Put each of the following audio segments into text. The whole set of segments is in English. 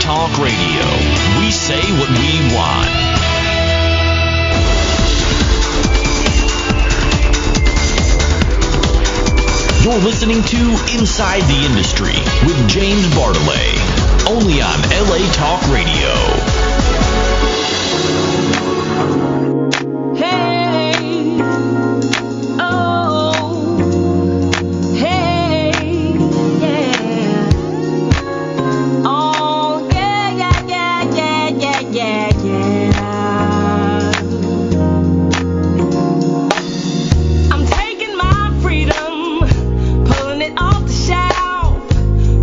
Talk Radio. We say what we want. You're listening to Inside the Industry with James Bartolet, only on LA Talk Radio. Hey, oh, hey, yeah, oh, yeah, yeah, yeah, yeah, yeah, yeah, yeah. I'm taking my freedom, pulling it off the shelf,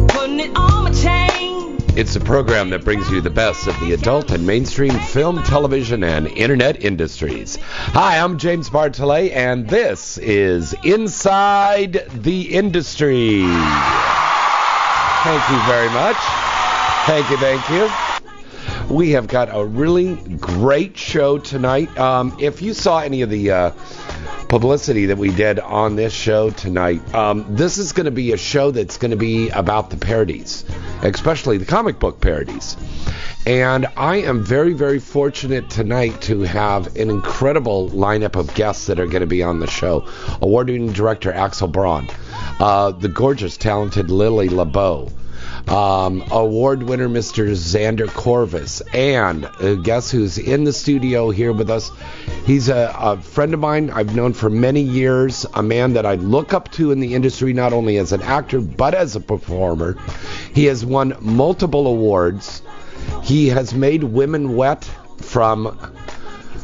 putting it on my chain. It's a program that brings you the best of the adult and mainstream film, television, and internet industries. Hi, I'm James Bartolet, and this is Inside the Industry. Thank you very much. Thank you, thank you. We have got a really great show tonight. Um, if you saw any of the uh, publicity that we did on this show tonight, um, this is going to be a show that's going to be about the parodies, especially the comic book parodies. And I am very, very fortunate tonight to have an incredible lineup of guests that are going to be on the show. Award winning director Axel Braun, uh, the gorgeous, talented Lily LeBeau, um, award winner Mr. Xander Corvus, and uh, guess who's in the studio here with us? He's a, a friend of mine I've known for many years, a man that I look up to in the industry not only as an actor but as a performer. He has won multiple awards. He has made women wet from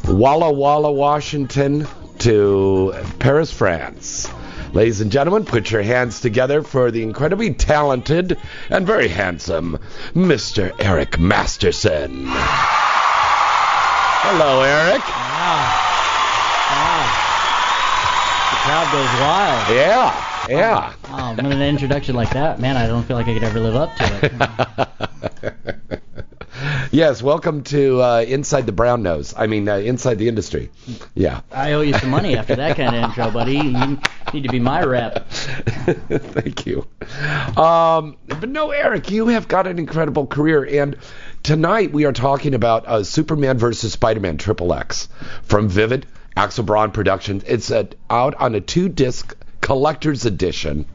Walla Walla, Washington to Paris, France. Ladies and gentlemen, put your hands together for the incredibly talented and very handsome Mr. Eric Masterson. Hello, Eric. The crowd goes wild. Yeah, yeah. Oh, with an introduction like that, man, I don't feel like I could ever live up to it. Yes, welcome to uh, Inside the Brown Nose. I mean, uh, Inside the Industry. Yeah. I owe you some money after that kind of intro, buddy. You need to be my rep. Thank you. Um, but no, Eric, you have got an incredible career. And tonight we are talking about uh, Superman versus Spider Man Triple X from Vivid Axel Braun Productions. It's uh out on a two disc collector's edition.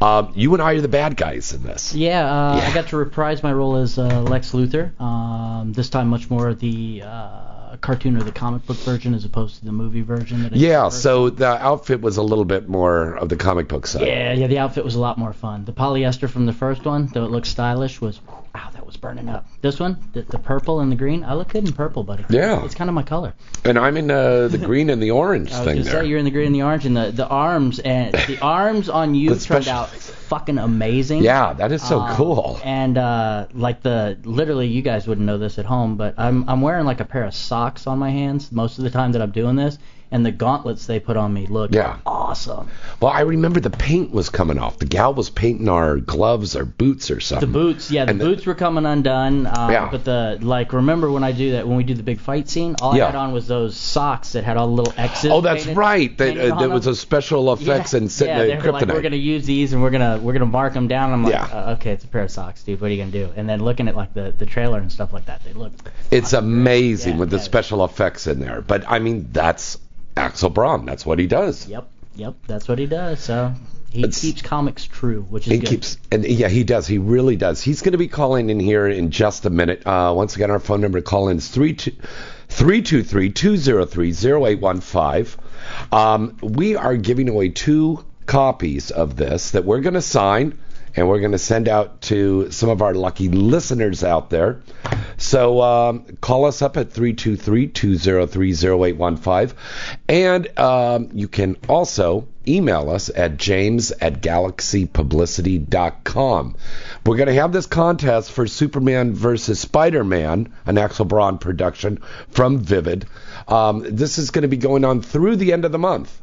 Um, you and I are the bad guys in this. Yeah, uh, Yeah. I got to reprise my role as uh, Lex Luthor. Um, this time, much more the uh, cartoon or the comic book version as opposed to the movie version. That I Yeah, prefer. so the outfit was a little bit more of the comic book side. Yeah, yeah, the outfit was a lot more fun. The polyester from the first one, though it looked stylish, was wow, that was burning up. This one, the, the purple and the green, I look good in purple, buddy. Yeah. it's kind of my color. And I'm in uh, the green and the orange I was thing gonna there. say you're in the green and the orange, and the, the arms and the arms on you The turned special- out fucking amazing. yeah, that is so Um, cool. And uh, like the literally, you guys wouldn't know this at home, but I'm I'm wearing like a pair of socks on my hands most of the time that I'm doing this, and the gauntlets they put on me look Yeah. awesome. Well, I remember the paint was coming off. The gal was painting our gloves or boots or The something. boots, yeah, the, And the- boots were coming undone. Uh, Yeah. But the like, remember when I do that when we do the big fight scene? All Yeah. I had on was those socks that had all the little X's. Oh, that's painted- right. That, painted uh, on there was them. a special effects and sitting yeah, in they were kryptonite. like, we're gonna use these and we're gonna we're gonna mark them down. I'm like, Yeah. uh, okay, it's a pair of socks, dude. What are you gonna do? And then looking at like the, the trailer and stuff like that, they look. it's amazing Yeah, with the yeah. special effects in there. But I mean, that's Axel Braun. That's what he does. Yep, yep, that's what he does. So he It's- keeps comics true, which is He good. keeps, and yeah, he does. He really does. He's going to be calling in here in just a minute. Uh, once again, our phone number to call in is 323-203-0815. Um, we are giving away two copies of this that we're going to sign and we're going to send out to some of our lucky listeners out there. So um, call us up at 323-203-0815. And um, you can also email us at james at galaxypublicity.com. We're going to have this contest for Superman versus Spider-Man, an Axel Braun production from Vivid. Um, this is going to be going on through the end of the month.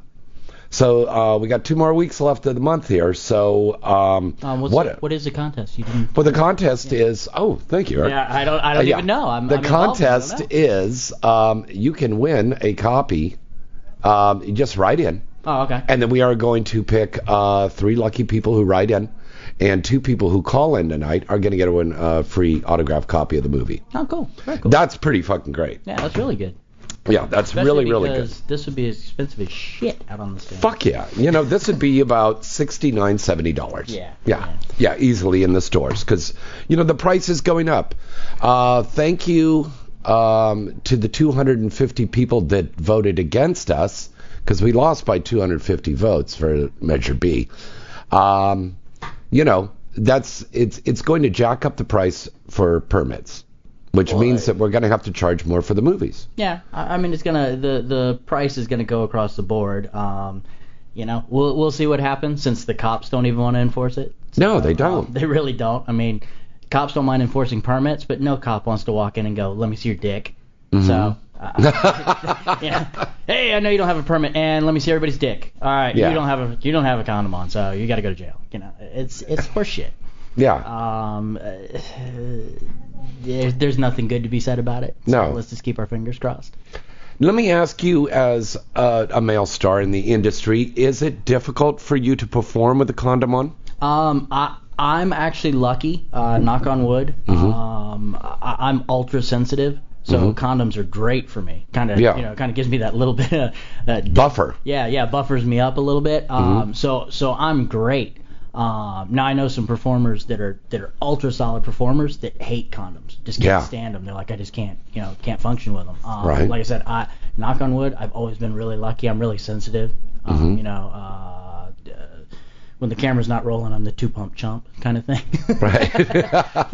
So uh, we got two more weeks left of the month here. So um, Um, what's what? the- what is the contest? You didn't. Well, the contest is. Oh, thank you. Eric. Yeah, I don't. I don't Uh, yeah. even know. I'm, the I'm involved, I don't contest know. is um, you can win a copy. Um, you just write in, Oh, okay. and then we are going to pick uh, three lucky people who write in, And two people who call in tonight are going to get a uh, free autographed copy of the movie. Oh, cool. Very cool. That's pretty fucking great. yeah, that's really good. Yeah, that's Especially really, really good. because This would be as expensive as shit out on the stand. Fuck yeah. You know, this would be about $69, $70. Yeah. Yeah. Yeah, easily in the stores because, you know, the price is going up. Uh, thank you um, to the 250 people that voted against us because we lost by 250 votes for Measure B. Um, you know, that's it's it's going to jack up the price for permits, which means that we're going to have to charge more for the movies. Yeah, I, I mean it's gonna the the price is gonna go across the board. Um, you know, we'll we'll see what happens since the cops don't even want to enforce it. Um, No, they don't. They really don't. I mean, cops don't mind enforcing permits, but no cop wants to walk in and go, "Let me see your dick." So, uh, yeah. hey, I know you don't have a permit, and let me see everybody's dick. All right, Yeah. you don't have a you don't have a condom on, so you got to go to jail. You know, it's it's horseshit. Yeah. Um, uh, there's there's nothing good to be said about it. So No. let's just keep our fingers crossed. Let me ask you, as a, a male star in the industry, is it difficult for you to perform with a condom on? Um, I I'm actually lucky. Uh, knock on wood. Mm-hmm. Um, I, I'm ultra sensitive, so condoms are great for me. Kind of, Yeah. you know, kind of gives me that little bit of that. Buffer. Mm-hmm. Yeah, yeah, buffers me up a little bit. Um, so so I'm great. Um, now I know some performers that are that are ultra solid performers that hate condoms, just can't Yeah. stand them. They're like, I just can't, you know, can't function with them. Um, Right. Like I said, I knock on wood, I've always been really lucky. I'm really sensitive. Um, You know, uh, d- uh, when the camera's not rolling, I'm the two pump chump kind of thing. Right.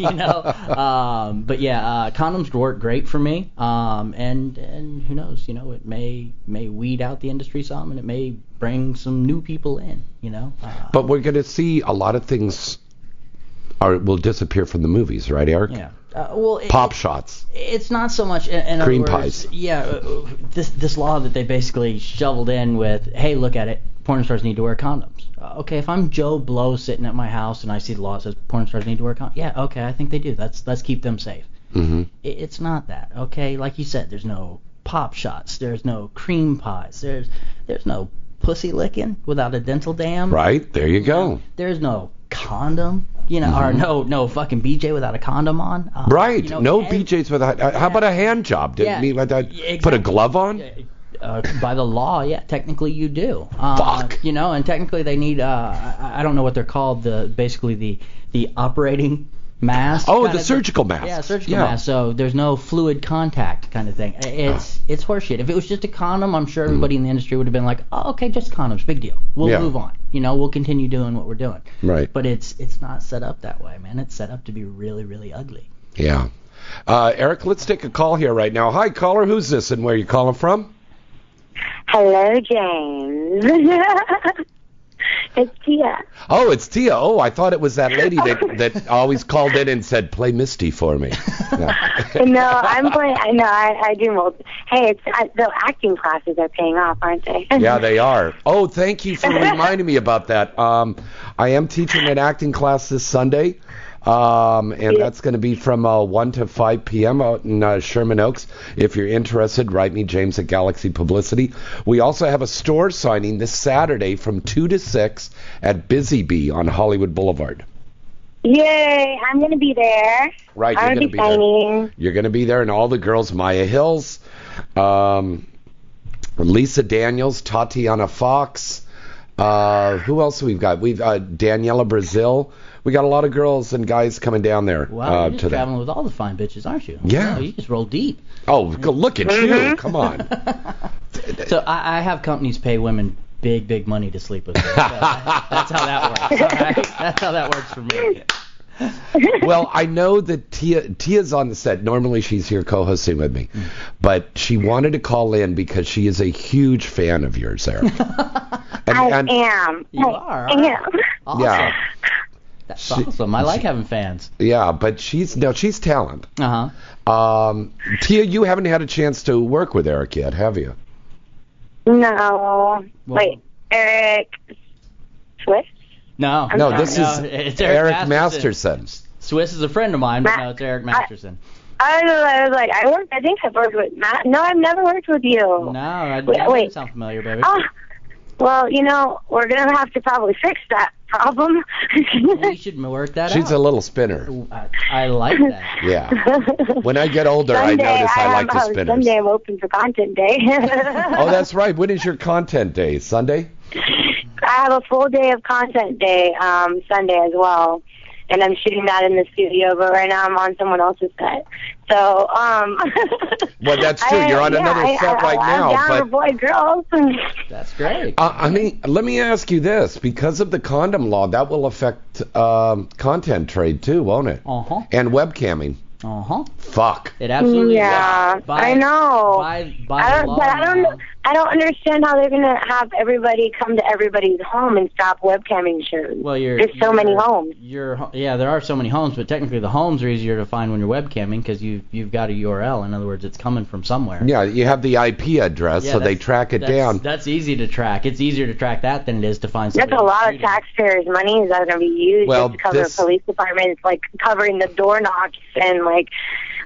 you know, um, but yeah, uh, condoms work great for me. Um, and and who knows, you know, it may may weed out the industry some, and it may bring some new people in. You know. Uh, but we're going to see a lot of things are will disappear from the movies, right, Eric? yeah. Uh, well, it, Pop shots. it's not so much in, in other Cream words, pies. Yeah, uh, this this law that they basically shoveled in with, hey, look at it, porn stars need to wear condoms. Uh, okay, if I'm Joe Blow sitting at my house and I see the law that says porn stars need to wear condoms, yeah, okay, I think they do. Let's let's keep them safe. hmm It, it's not that, okay? Like you said, there's no pop shots, there's no cream pies, there's there's no pussy licking without a dental dam. Right? There you go. There's no condom, you know, Mm-hmm. or no no fucking BJ without a condom on. Uh, Right. you know, no ev- BJ's without. Uh, how about a hand job? Did Yeah. me like that? Yeah, Put a exactly. glove on? uh, by the law, yeah, technically you do. Uh, Fuck. You know, and technically they need. Uh, I, I don't know what they're called. The basically the the operating mask. Oh, kinda the thing. surgical mask. Yeah, surgical mask. So there's no fluid contact kind of thing. I- It's Oh. it's horseshit. If it was just a condom, I'm sure everybody in the industry would have been like, oh, okay, just condoms, big deal. We'll Hmm. Yeah. move on. You know, we'll continue doing what we're doing. Right. But it's it's not set up that way, man. It's set up to be really really ugly. Yeah. Uh, Eric, let's take a call here right now. Hi, caller. Who's this and where you calling from? Hello, James. it's Tia. Oh, it's Tia. Oh, I thought it was that lady that, that always called in and said, "Play Misty for me." Yeah. No, I'm playing. I know. I, I do. Multi- hey, it's I, the acting classes are paying off, aren't they? Yeah, they are. Oh, thank you for reminding me about that. Um, I am teaching an acting class this Sunday, um, and that's going to be from uh, 1 to 5 p.m. out in uh, Sherman Oaks. If you're interested, write me, James at Galaxy Publicity. We also have a store signing this Saturday from 2 to 6 at Busy Bee on Hollywood Boulevard. Yay! I'm gonna be there. Right, you're I'm gonna be gonna be there. signing. You're going to be there, and all the girls Maya Hills, um, Lisa Daniels, Tatiana Fox. Uh, who else we've got? We've uh, Daniela Brazil. We got a lot of girls and guys coming down there Wow, uh, you're to just that. traveling with all the fine bitches, aren't you? Yeah. Wow, you just roll deep. Oh, go- look at Mm-hmm. Mm-hmm. you! Come on. So I, I have companies pay women big, big money to sleep with. Them. So that- that's how that works. all right? That's how that works for me. well, I know that Tia Tia's on the set. Normally she's here co-hosting with me, Mm. but she wanted to call in because she is a huge fan of yours, Eric. And- I and- am. You I are. Am. Awesome. Yeah, That's She- awesome. I like having fans. yeah, but she's no, she's talent. Uh huh. Um, Tia, you haven't had a chance to work with Eric yet, have you? No. Wait, Eric Swift. No. No, sorry. this No, is it's Eric, Eric Masterson. Masterson. Swiss is a friend of mine, but Ma- no, it's Eric I- Masterson. I was, I was like, I worked. I think I've worked with Matt. No, I've never worked with you. No, I, that Wait, doesn't wait. sound familiar, baby. Oh, Well, you know, we're going to have to probably fix that problem. We should work that She's a out. little spinner. I, I like that. Yeah. When I get older, Sunday, I notice I, like have- the oh, spinners. Sunday I'm open for content day. Oh, that's right. When is your content day? Sunday? I have a full day of content day um, Sunday as well, and I'm shooting that in the studio. But right now I'm on someone else's set, so um. Well, that's true. I- You're on yeah, another I, set I, right I'm now, down but- for boy girls. That's great. Uh, I mean, let me ask you this: because of the condom law, that will affect um, content trade too, won't it? Uh huh. And webcamming. Uh huh. Fuck. It absolutely. yeah, By, I know. By, by I don't, law but I now. don't. I don't understand how they're gonna have everybody come to everybody's home and stop webcamming shows. Well, you're, There's so many you're- homes. You're, ho- yeah, there are so many homes, but technically the homes are easier to find when you're webcamming because you you've got a URL. In other words, it's coming from somewhere. Yeah, you have the IP address, Yeah, so they that's- track it that's- down. That's easy to track. It's easier to track that than it is to find. That's somebody a lot of shooting. taxpayers' money that's going to be used Well, just to cover this- police departments, like covering the door knocks and like,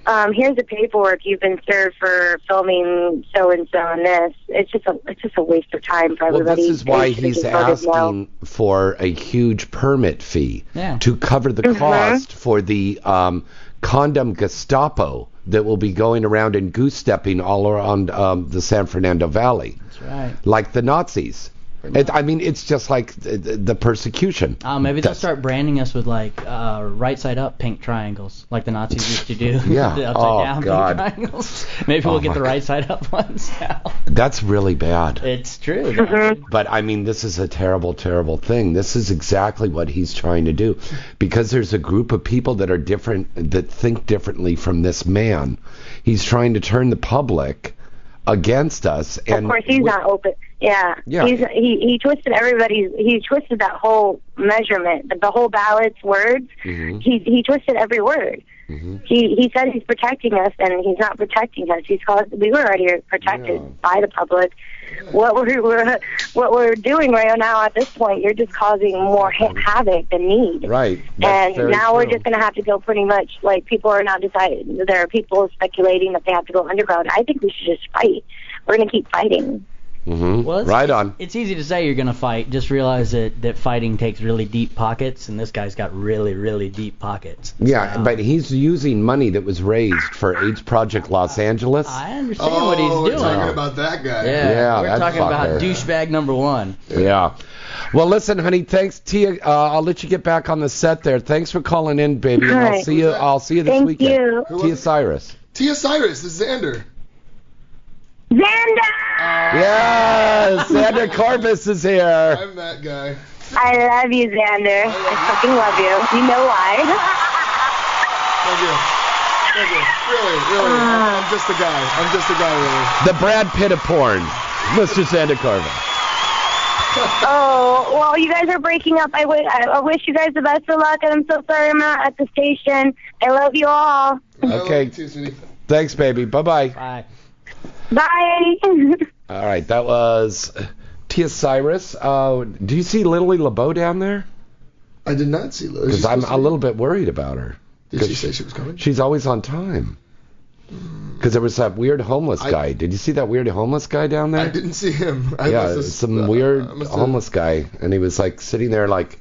um, here's the paperwork you've been served for filming so and so and this. It's just a it's just a waste of time for well, everybody. this is They why should've he's just voted no. asking for a huge permit fee Yeah. to cover the cost for the um, condom Gestapo that will be going around and goose stepping all around um, the San Fernando Valley, That's right. like the Nazis. It, I mean, it's just like the, the persecution. Uh, maybe they'll That's- start branding us with like uh, right side up pink triangles, like the Nazis used to do. Yeah. the upside Oh, down God. Oh, pink triangles. Maybe we'll get my the right side up ones now. That's really bad. It's true. though. Mm-hmm. But I mean, this is a terrible, terrible thing. This is exactly what he's trying to do, because there's a group of people that are different, that think differently from this man. He's trying to turn the public against us. And Of course, he's we- not open. Yeah, Yeah. He's, he he twisted everybody's. He twisted that whole measurement, the, the whole ballot's words. Mm-hmm. He he twisted every word. He he said he's protecting us, and he's not protecting us. He's caused. We were already protected by the public. What we're, we're what we're doing right now at this point, you're just causing more ha- havoc than need. Right. Mm-hmm. And That's very now we're true. just going to have to go pretty much like people are not deciding. There are people speculating that they have to go underground. I think we should just fight. We're going to keep fighting. Mhm. Well, it's- right on. It's easy to say you're gonna fight. Just realize that that fighting takes really deep pockets, and this guy's got really, really deep pockets. Yeah, but he's using money that was raised for AIDS Project Los Angeles. I understand Oh, what he's we're doing. talking about that guy. yeah, Yeah, we're that talking fucker. about douchebag number one. yeah. Well, listen, honey. Thanks, Tia. Uh, I'll let you get back on the set there. Thanks for calling in, baby. and I'll right. see you. I'll see you this Thank weekend. you. Who Tia was- Cyrus. Tia Cyrus is Xander. Xander! Yes, Sandra Corbus is here. I'm that guy. I love you, Xander. I fucking love you. You know why. Thank you. Thank you. Really, really. Uh-huh. I'm, I'm just a guy. I'm just a guy, really. The Brad Pitt of porn, Mr. Sandra Corbus. oh, well, you guys are breaking up. I wi- I I wish you guys the best of luck, and I'm so sorry I'm not at the station. I love you all. I love Okay. you too, sweetie. Thanks, baby. Bye bye. Bye. Bye. All right, that was Tia Cyrus. Uh, do you see Lily LeBeau down there? I did not see Liz. Because I'm a little bit worried about her. Did she say she was coming? Hmm. She's always on time. Because there was that weird homeless I- guy. Did you see that weird homeless guy down there? I didn't see him. I Yeah, must have- some uh, weird I must have- homeless guy, and he was like sitting there like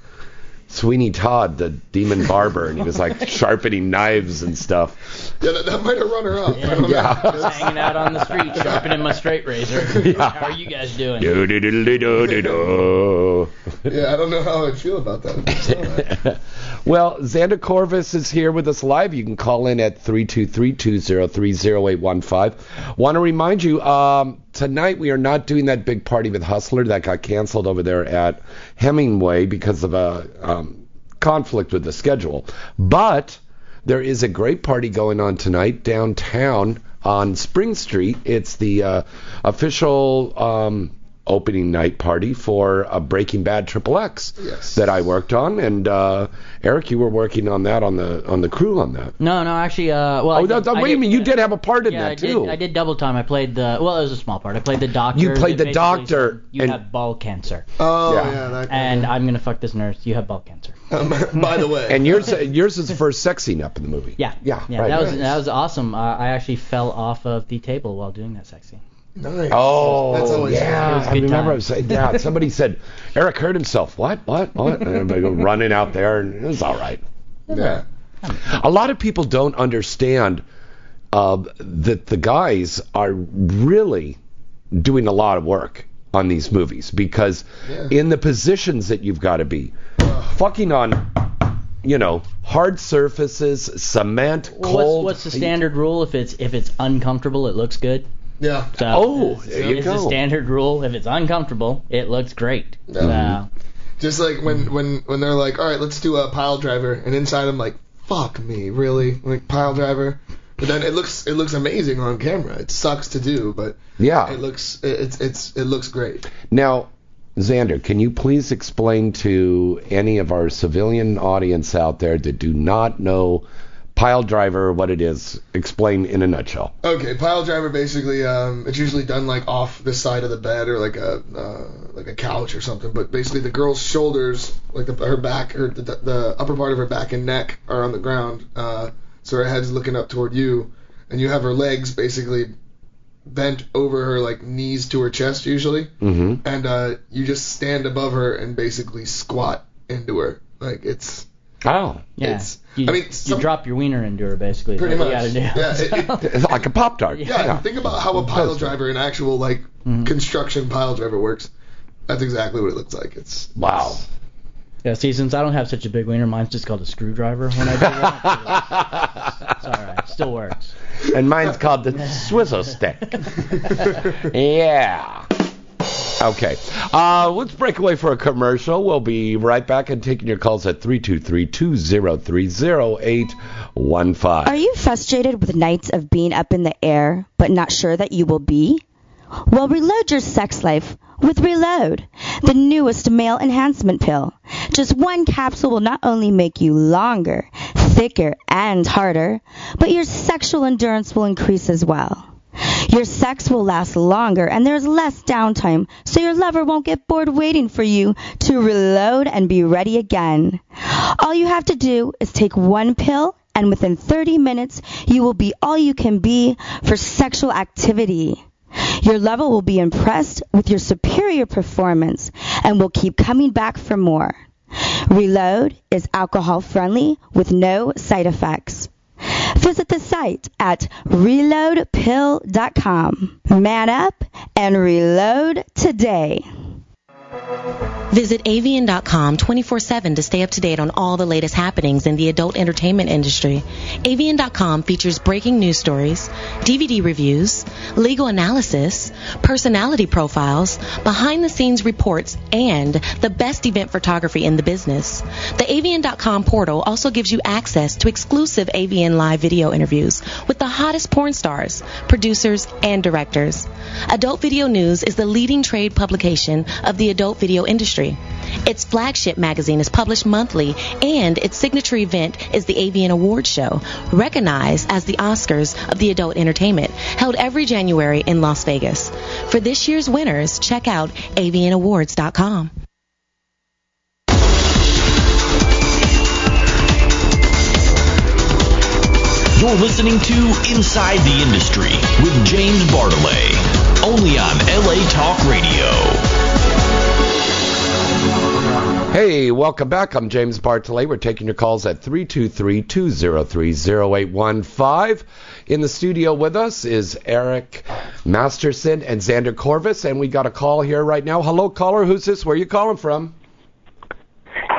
Sweeney Todd, the demon barber, and he was like sharpening knives and stuff. Yeah, that, that might have run her up. I don't know. Yeah. Hanging out on the street, sharpening my straight razor. How are you guys doing? Do-do-do-do-do-do. Yeah, I don't know how I'd feel about that. well, Xander Corvus is here with us live. You can call in at 323-203-0815. Want to remind you, um, tonight we are not doing that big party with Hustler that got canceled over there at Hemingway because of a um, conflict with the schedule. But there is a great party going on tonight downtown on Spring Street. It's the uh, official um, opening night party for uh, Breaking Bad Triple X Yes. that I worked on, and uh, Eric, you were working on that on the on the crew on that. No, no, actually, uh, well, I Oh, did, that, that- I wait a did- minute, you did have a part in Yeah, that I too. did. I did double time. I played the well. It was a small part. I played the doctor. You played that basically the doctor said, You and- have ball cancer, Oh, Yeah. yeah. that guy. and I'm gonna fuck this nurse. You have ball cancer. Um, by the way, And yours yours is the first sex scene up in the movie. Yeah. yeah, Yeah. right. that was that was awesome. Uh, I actually fell off of the table while doing that sex scene. Nice. Oh, That's always yeah. It was a I good remember time. I was saying, yeah, somebody said, Eric hurt himself. What, what, what? And everybody go running out there, and it was all right. Yeah. A lot of people don't understand uh, that the guys are really doing a lot of work on these movies because Yeah. in the positions that you've got to be, fucking on, you know, hard surfaces, cement, Well, cold. what's, what's the heat. standard rule? If it's if it's uncomfortable, it looks good. Yeah. So Oh, it's, there you it's go. the standard rule. If it's uncomfortable, it looks great. So, Mhm. Just like when when when they're like, all right, let's do a pile driver, and inside I'm like, fuck me, really, like pile driver. But then it looks it looks amazing on camera. It sucks to do, but Yeah. it looks it, it's it's it looks great. Now, Xander, can you please explain to any of our civilian audience out there that do not know pile driver what it is? Explain in a nutshell. Okay, pile driver basically um, it's usually done like off the side of the bed or like a uh, like a couch or something. But basically the girl's shoulders, like the, her back, her the, the upper part of her back and neck are on the ground, uh, so her head's looking up toward you, and you have her legs basically bent over her like knees to her chest usually, Mm-hmm. and uh, you just stand above her and basically squat into her. Like it's Oh, yeah. It's- you, I mean, you some- drop your wiener into her basically. is pretty what much you gotta do. yeah. it- it- it's like a pop tart. Yeah, think about how a pile driver, an actual like construction pile driver, works. That's exactly what it looks like. It's Wow. Yeah, see, since I don't have such a big wiener, mine's just called a screwdriver when I do that. it's all right. Still works. And mine's called the Swizzle Stick. yeah. Okay. Uh, let's break away for a commercial. We'll be right back and taking your calls at 323-203-0815. Are you frustrated with nights of being up in the air but not sure that you will be? Well, reload your sex life with Reload, the newest male enhancement pill. Just one capsule will not only make you longer, thicker, and harder, but your sexual endurance will increase as well. Your sex will last longer and there's less downtime, so your lover won't get bored waiting for you to reload and be ready again. All you have to do is take one pill, and within 30 minutes, you will be all you can be for sexual activity. Your lover will be impressed with your superior performance and will keep coming back for more. Reload is alcohol friendly with no side effects. Visit the site at reloadpill.com. Man up and reload today. Visit avian.com 24/7 to stay up to date on all the latest happenings in the adult entertainment industry. avian.com features breaking news stories, DVD reviews, legal analysis, personality profiles, behind-the-scenes reports, and the best event photography in the business. The avian.com portal also gives you access to exclusive avian live video interviews with the hottest porn stars, producers, and directors. Adult Video News is the leading trade publication of the adult video industry. Its flagship magazine is published monthly, and its signature event is the Avian Awards Show, recognized as the Oscars of the adult entertainment, held every January in Las Vegas. For this year's winners, check out avianawards.com. You're listening to Inside the Industry with James Bartolet, only on LA Talk Radio. Hey, welcome back. I'm James Bartolet. We're taking your calls at 323-203-0815. In the studio with us is Eric Masterson and Xander Corvus, and we got a call here right now. Hello, caller. Who's this? Where you calling from?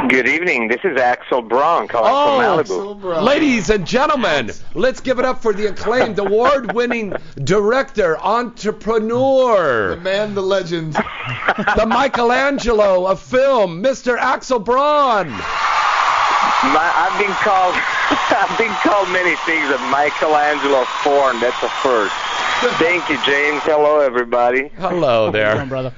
Good evening. This is Axel Braun calling Oh, from Malibu. ladies and gentlemen, let's give it up for the acclaimed, award-winning director, entrepreneur, man, the legend. the Michelangelo of film, Mr. Axel Braun. My, I've been called I've been called many things of Michelangelo Form. That's a first. Thank you, James. Hello, everybody. Hello Come there. on, brother.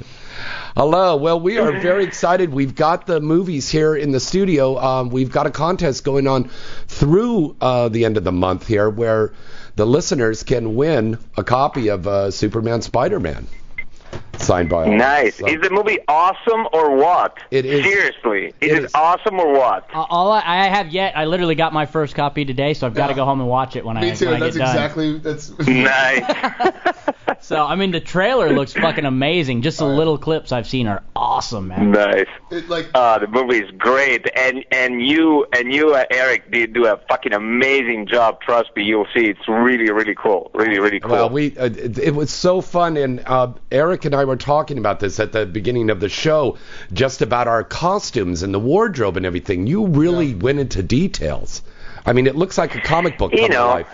Hello. Well, we are very excited. We've got the movies here in the studio. Um, we've got a contest going on through uh, the end of the month here where the listeners can win a copy of uh, Superman Spider Man signed by all of us. Nice. So- Is the movie awesome or what? It is. Seriously, It is it is. awesome or what? Uh, All I, I have yet, I literally got my first copy today, so I've got to go home and watch it when I Me too. when I That's get done. exactly that's. Nice. So I mean, the trailer looks fucking amazing. Just the little clips I've seen are awesome, man. Nice. It, like Uh, the movie is great, and and you and you uh, Eric did do a fucking amazing job. Trust me, you'll see. It's really really cool. Really really cool. Well, we uh, it, it was so fun, and uh, Eric and I were talking about this at the beginning of the show, just about our costumes and the wardrobe and everything. You really went into details. I mean, it looks like a comic book you come to know, life.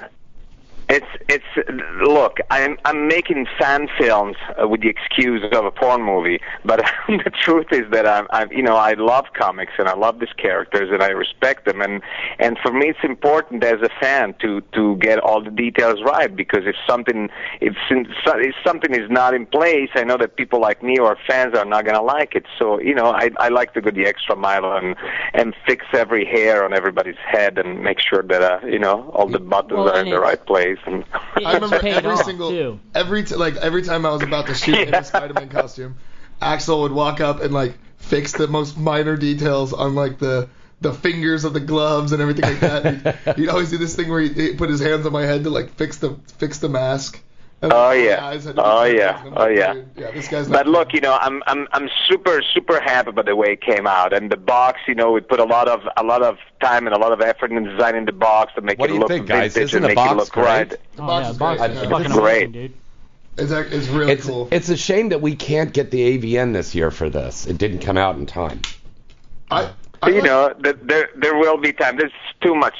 It's it's look. I'm I'm making fan films uh, with the excuse of a porn movie, but the truth is that I'm, I'm you know I love comics and I love these characters and I respect them and and for me it's important as a fan to to get all the details right because if something if, sin- so- if something is not in place, I know that people like me or fans are not gonna like it. So you know I I like to go the extra mile and and fix every hair on everybody's head and make sure that uh, you know all the buttons Well, are and in the it's- right place and I remember paid every off, single too. every t- like every time I was about to shoot in a Spider-Man costume, Axel would walk up and like fix the most minor details on like the the fingers of the gloves and everything like that. He'd, he'd always do this thing where he'd, he'd put his hands on my head to like fix the fix the mask. And, like, Oh, my yeah. eyes had to be Oh, perfect. yeah. And I'm Oh, like, yeah. dude, Yeah, this guy's. not- but look, you know, I'm I'm I'm super super happy about the way it came out, and the box. You know, we put a lot of a lot of time and a lot of effort in designing the box to make What it do you look think, guys? vintage Isn't and the make box it look great? right. Oh, box yeah, is box great. is Yeah. fucking It's great. amazing, dude. It's, ac- it's really It's cool. it's a shame that we can't get the AVN this year for this. It didn't come out in time. I, I But, you like- know, th- there there will be time. There's too much,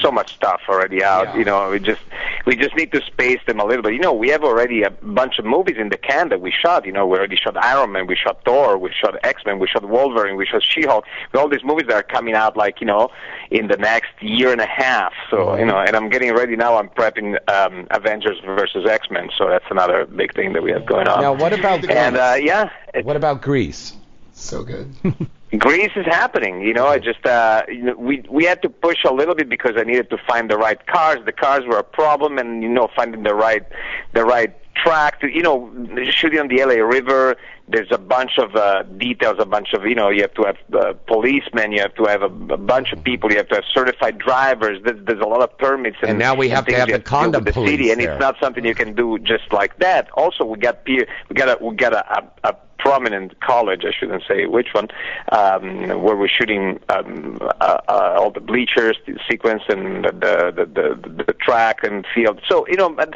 so much stuff already out. Yeah. You know, we just we just need to space them a little bit. You know, we have already a bunch of movies in the can that we shot. You know, we already shot Iron Man, we shot Thor, we shot X Men, we shot Wolverine, we shot She Hulk. All these movies that are coming out, like you know, in the next year and a half. So you know, and I'm getting ready now. I'm prepping um, Avengers versus X Men. So that's another big thing that we have going on. Now, what about and Greece? uh, yeah, it- what about Greece? so good. Greece is happening. You know, I just uh, you know, we we had to push a little bit because I needed to find the right cars. The cars were a problem, and you know, finding the right the right track. To, you know, shooting on the LA River. There's a bunch of uh, details, a bunch of you know, you have to have uh, policemen, you have to have a, a bunch of people, you have to have certified drivers. There's, there's a lot of permits, and, And now we have to things have you the to do with condom the city, police and there. it's not something you can do just like that. Also, we got peer, we got a we got a, a, a prominent college, I shouldn't say which one, um, where we're shooting um, uh, uh, all the bleachers, the sequence, and the the, the the the track and field. So you know, but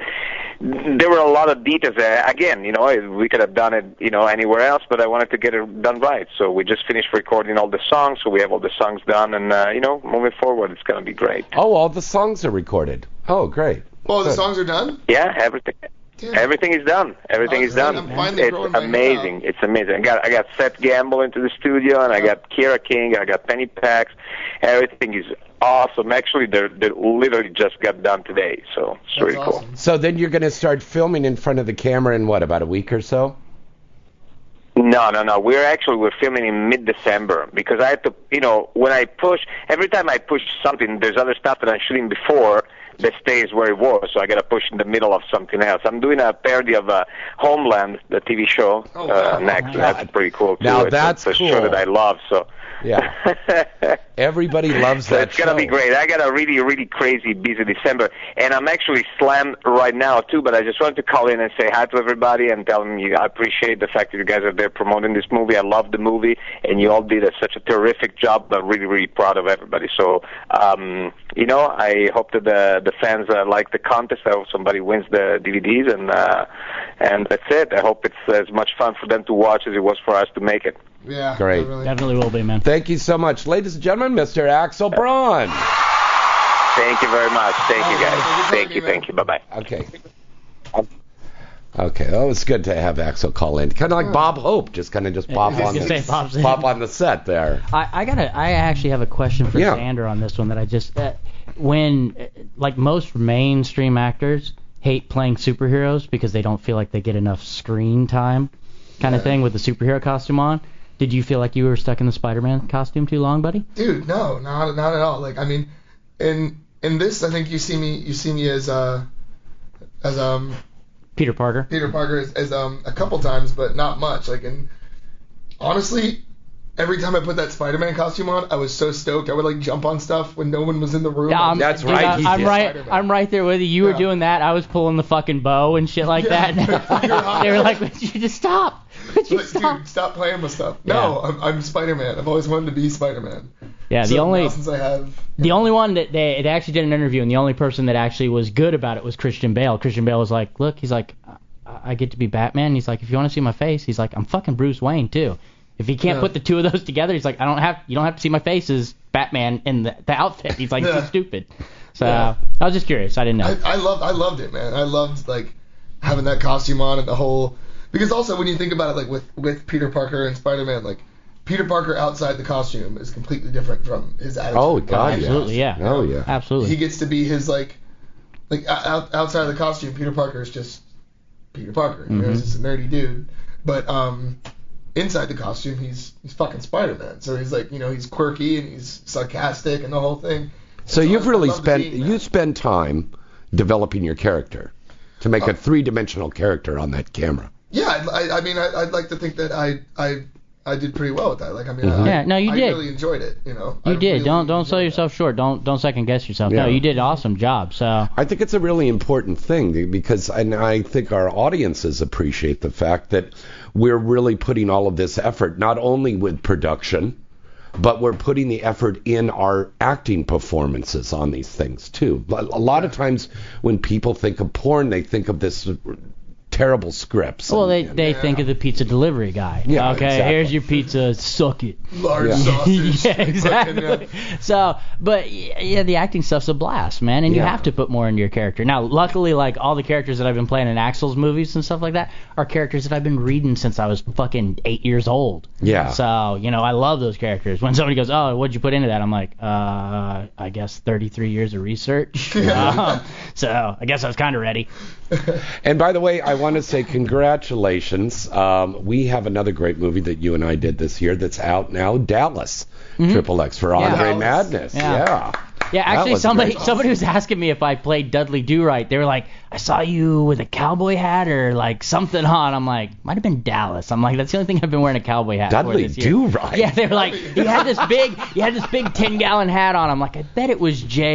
there were a lot of details. There. Again, you know, we could have done it, you know, anywhere else, but I wanted to get it done right. So we just finished recording all the songs, so we have all the songs done, and uh, you know, moving forward, it's going to be great. Oh, all the songs are recorded. Oh, great. Oh, the Good. songs are done. Yeah, everything. Damn. Everything is done. Everything Oh, is done. I'm finally growing It's my hair amazing. It's amazing. I got I got Seth Gamble into the studio, and I got Kira King, I got Penny Pax. Everything is awesome. Actually, they're they literally just got done today, so it's That's really cool. awesome. So then you're going to start filming in front of the camera in what about a week or so? No, no, no. We're actually we're filming in mid-December because I had to, you know, when I push, every time I push something, there's other stuff that I'm shooting before that stays where it was. So I got to push in the middle of something else. I'm doing a parody of uh, Homeland, the TV show, Oh, wow. uh, next. That's pretty cool too. Now It's a- that's it's a show cool. that I love. So Yeah. Everybody loves so that. it's gonna be show. great. I got a really, really crazy busy December, and I'm actually slammed right now too. But I just wanted to call in and say hi to everybody and tell them you, I appreciate the fact that you guys are there promoting this movie. I love the movie, and you all did a, such a terrific job. I'm really, really proud of everybody. So, um, you know, I hope that the the fans uh, like the contest. I hope somebody wins the DVDs, and uh, and that's it. I hope it's as much fun for them to watch as it was for us to make it. Yeah. Great. really. Definitely will be, man. Thank you so much, ladies and gentlemen, Mr. Axel Braun. Thank you very much. Thank you guys. Thank you. Thank you. Bye bye. Okay. Okay, that was good to have Axel call in. Kind of like Bob Hope, just kind of just pop was on gonna say, the Bob's in. pop on the set there. I, I gotta. I actually have a question for Yeah. Xander on this one that I just. Uh, when, uh, like most mainstream actors, hate playing superheroes because they don't feel like they get enough screen time, kind of thing with the superhero costume on. Did you feel like you were stuck in the Spider-Man costume too long, buddy? dude no not not at all like i mean in in this i think you see me you see me as uh as um Peter Parker. peter parker as, as um a couple times but not much like and honestly every time I put that Spider-Man costume on, I was so stoked. I would like jump on stuff when no one was in the room. I'm, That's Um, dude, right, I, he I'm did. right. Spider-Man. I'm right there with you. You were Yeah. doing that. I was pulling the fucking bow and shit like Yeah. that. they were like, "Would you just stop? Would you Like, stop?" dude, stop playing with stuff. No, Yeah. I'm, I'm Spider-Man. I've always wanted to be Spider-Man. yeah, the So only now since I have the only one that they, they actually did an interview and the only person that actually was good about it was Christian Bale. Christian Bale was like, "Look, he's like, I, I get to be Batman." He's like, "If you want to see my face, he's like, I'm fucking Bruce Wayne too." If he can't Yeah. put the two of those together, he's like, "I don't have you don't have to see my face as Batman in the, the outfit." He's like, "This Yeah. is stupid." So Yeah. I was just curious. I didn't know. I, I loved I loved it, man. I loved like having that costume on and the whole because also when you think about it like with with Peter Parker and Spider Man, like Peter Parker outside the costume is completely different from his attitude. Oh, God, yeah. Absolutely, yeah. Oh yeah. Absolutely. He gets to be his like like o- out, outside of the costume, Peter Parker is just Peter Parker. You know, Mm-hmm. he's just a nerdy dude. But um inside the costume he's he's fucking Spider Man. So he's like, you know, he's quirky and he's sarcastic and the whole thing. So you've I really love spent being that. you spend time developing your character to make Uh, a three-dimensional character on that camera. Yeah, I, I- I mean, I, I'd like to think that I, I, I did pretty well with that. Like, I mean, I, Yeah, no, you I did. really enjoyed it. You know, You did. don't don't sell yourself short. Don't don't second guess yourself. No, Yeah. you did an awesome job. So I think it's a really important thing because, and I think our audiences appreciate the fact that we're really putting all of this effort, not only with production, but we're putting the effort in our acting performances on these things too. But A lot of times when people think of porn, they think of this terrible scripts. well, they and- they think of the pizza delivery guy. Yeah, okay, exactly. here's your pizza. Suck it. large Yeah. sausage. yeah, exactly. Fucking, So, but y- yeah, the acting stuff's a blast, man, and you Yeah. have to put more into your character. Now, luckily, like all the characters that I've been playing in Axel's movies and stuff like that are characters that I've been reading since I was fucking eight years old. Yeah. So, you know, I love those characters. When somebody goes, "Oh, what'd you put into that?" I'm like, "Uh, I guess 33 years of research." um, so, I guess I was kind of ready. And by the way, I want to say congratulations. Um, we have another great movie that you and I did this year that's out now, Dallas. Triple X for Andre Dallas. Madness. Mm-hmm. Yeah. Yeah. Yeah, That actually, was somebody great. somebody was asking me if I played Dudley Do Right. They were like, "I saw you with a cowboy hat or like something on." I'm like, "Might have been Dallas." I'm like, "That's the only thing I've been wearing a cowboy hat for Dudley this year." Do Right. Yeah, they were like, "You had this big, you had this big ten gallon hat on." I'm like, "I bet it was Jr."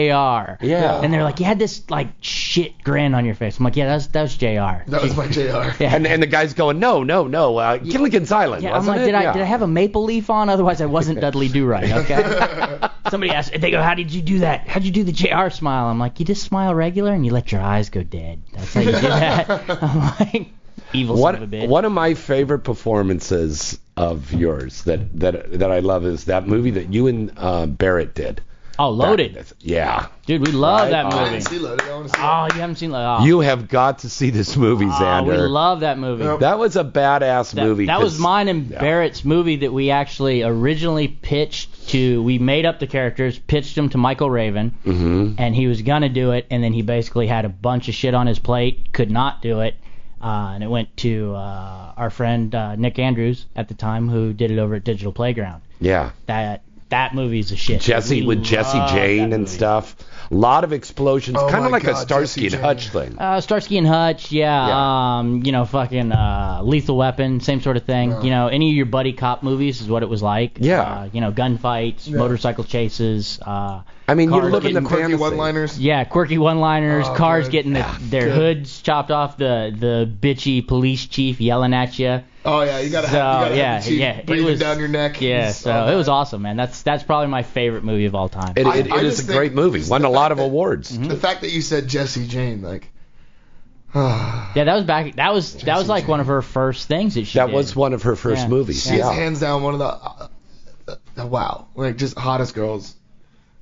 Yeah. And they're like, "You had this like shit grin on your face." I'm like, "Yeah, that's that's Jr." that was my Jr. Yeah. And and the guy's going, no, no, no, uh, Gilligan's Island. Yeah, I'm wasn't like, it? did Yeah. I did I have a maple leaf on? Otherwise, I wasn't Dudley Do Right. Okay. Somebody asked, they go, how did you do that? How'd you do the Jr. smile? I'm like, you just smile regular and you let your eyes go dead. That's how you do that. I'm like, evil One, son of a bitch. one of my favorite performances of yours that that that I love is that movie that you and uh, Barrett did. oh, loaded, That- yeah. dude. We love Right that on. I didn't movie. see Loaded. I want to see. Oh, you haven't seen that? Oh, You have got to see this movie, oh, Xander. we love that movie. that was a badass That, movie. that 'cause- was mine and yeah. Barrett's movie that we actually originally pitched to. We made up the characters, pitched them to Michael Raven, and he was gonna do it, and then he basically had a bunch of shit on his plate, could not do it, uh, and it went to uh, our friend uh, Nick Andrews at the time, who did it over at Digital Playground. Yeah. That that movie's a shit. Jesse We with Jesse love Jane that and movie. stuff. A lot of explosions, Oh kind of my like a God, Starsky Jesse Jane. and Hutch thing. Uh, Starsky and Hutch, yeah, Yeah. Um, you know, fucking uh, Lethal Weapon, same sort of thing. You know, any of your buddy cop movies is what it was like. Yeah. Uh, you know, gunfights, motorcycle chases. Uh, I mean, you Cars live in the getting Quirky fantasy. one-liners. yeah, quirky one-liners, Oh, cars good. getting the, their hoods chopped off, the the bitchy police chief yelling at you. Oh yeah, you gotta So have, you gotta yeah, have the cheek yeah, it breathing was down your neck. Yeah, It's- so oh, it was man. awesome, man. That's that's probably my favorite movie of all time. It, it, I- I it just is a think great movie. just Won the a lot fact of that- awards. Mm-hmm. The fact that you said Jesse Jane, like, Ah. yeah, that was back. That was that was like one of her first things that she That did. was one of her first Yeah. movies. she is Yeah. hands down one of the, uh, uh, uh, wow, like just hottest girls.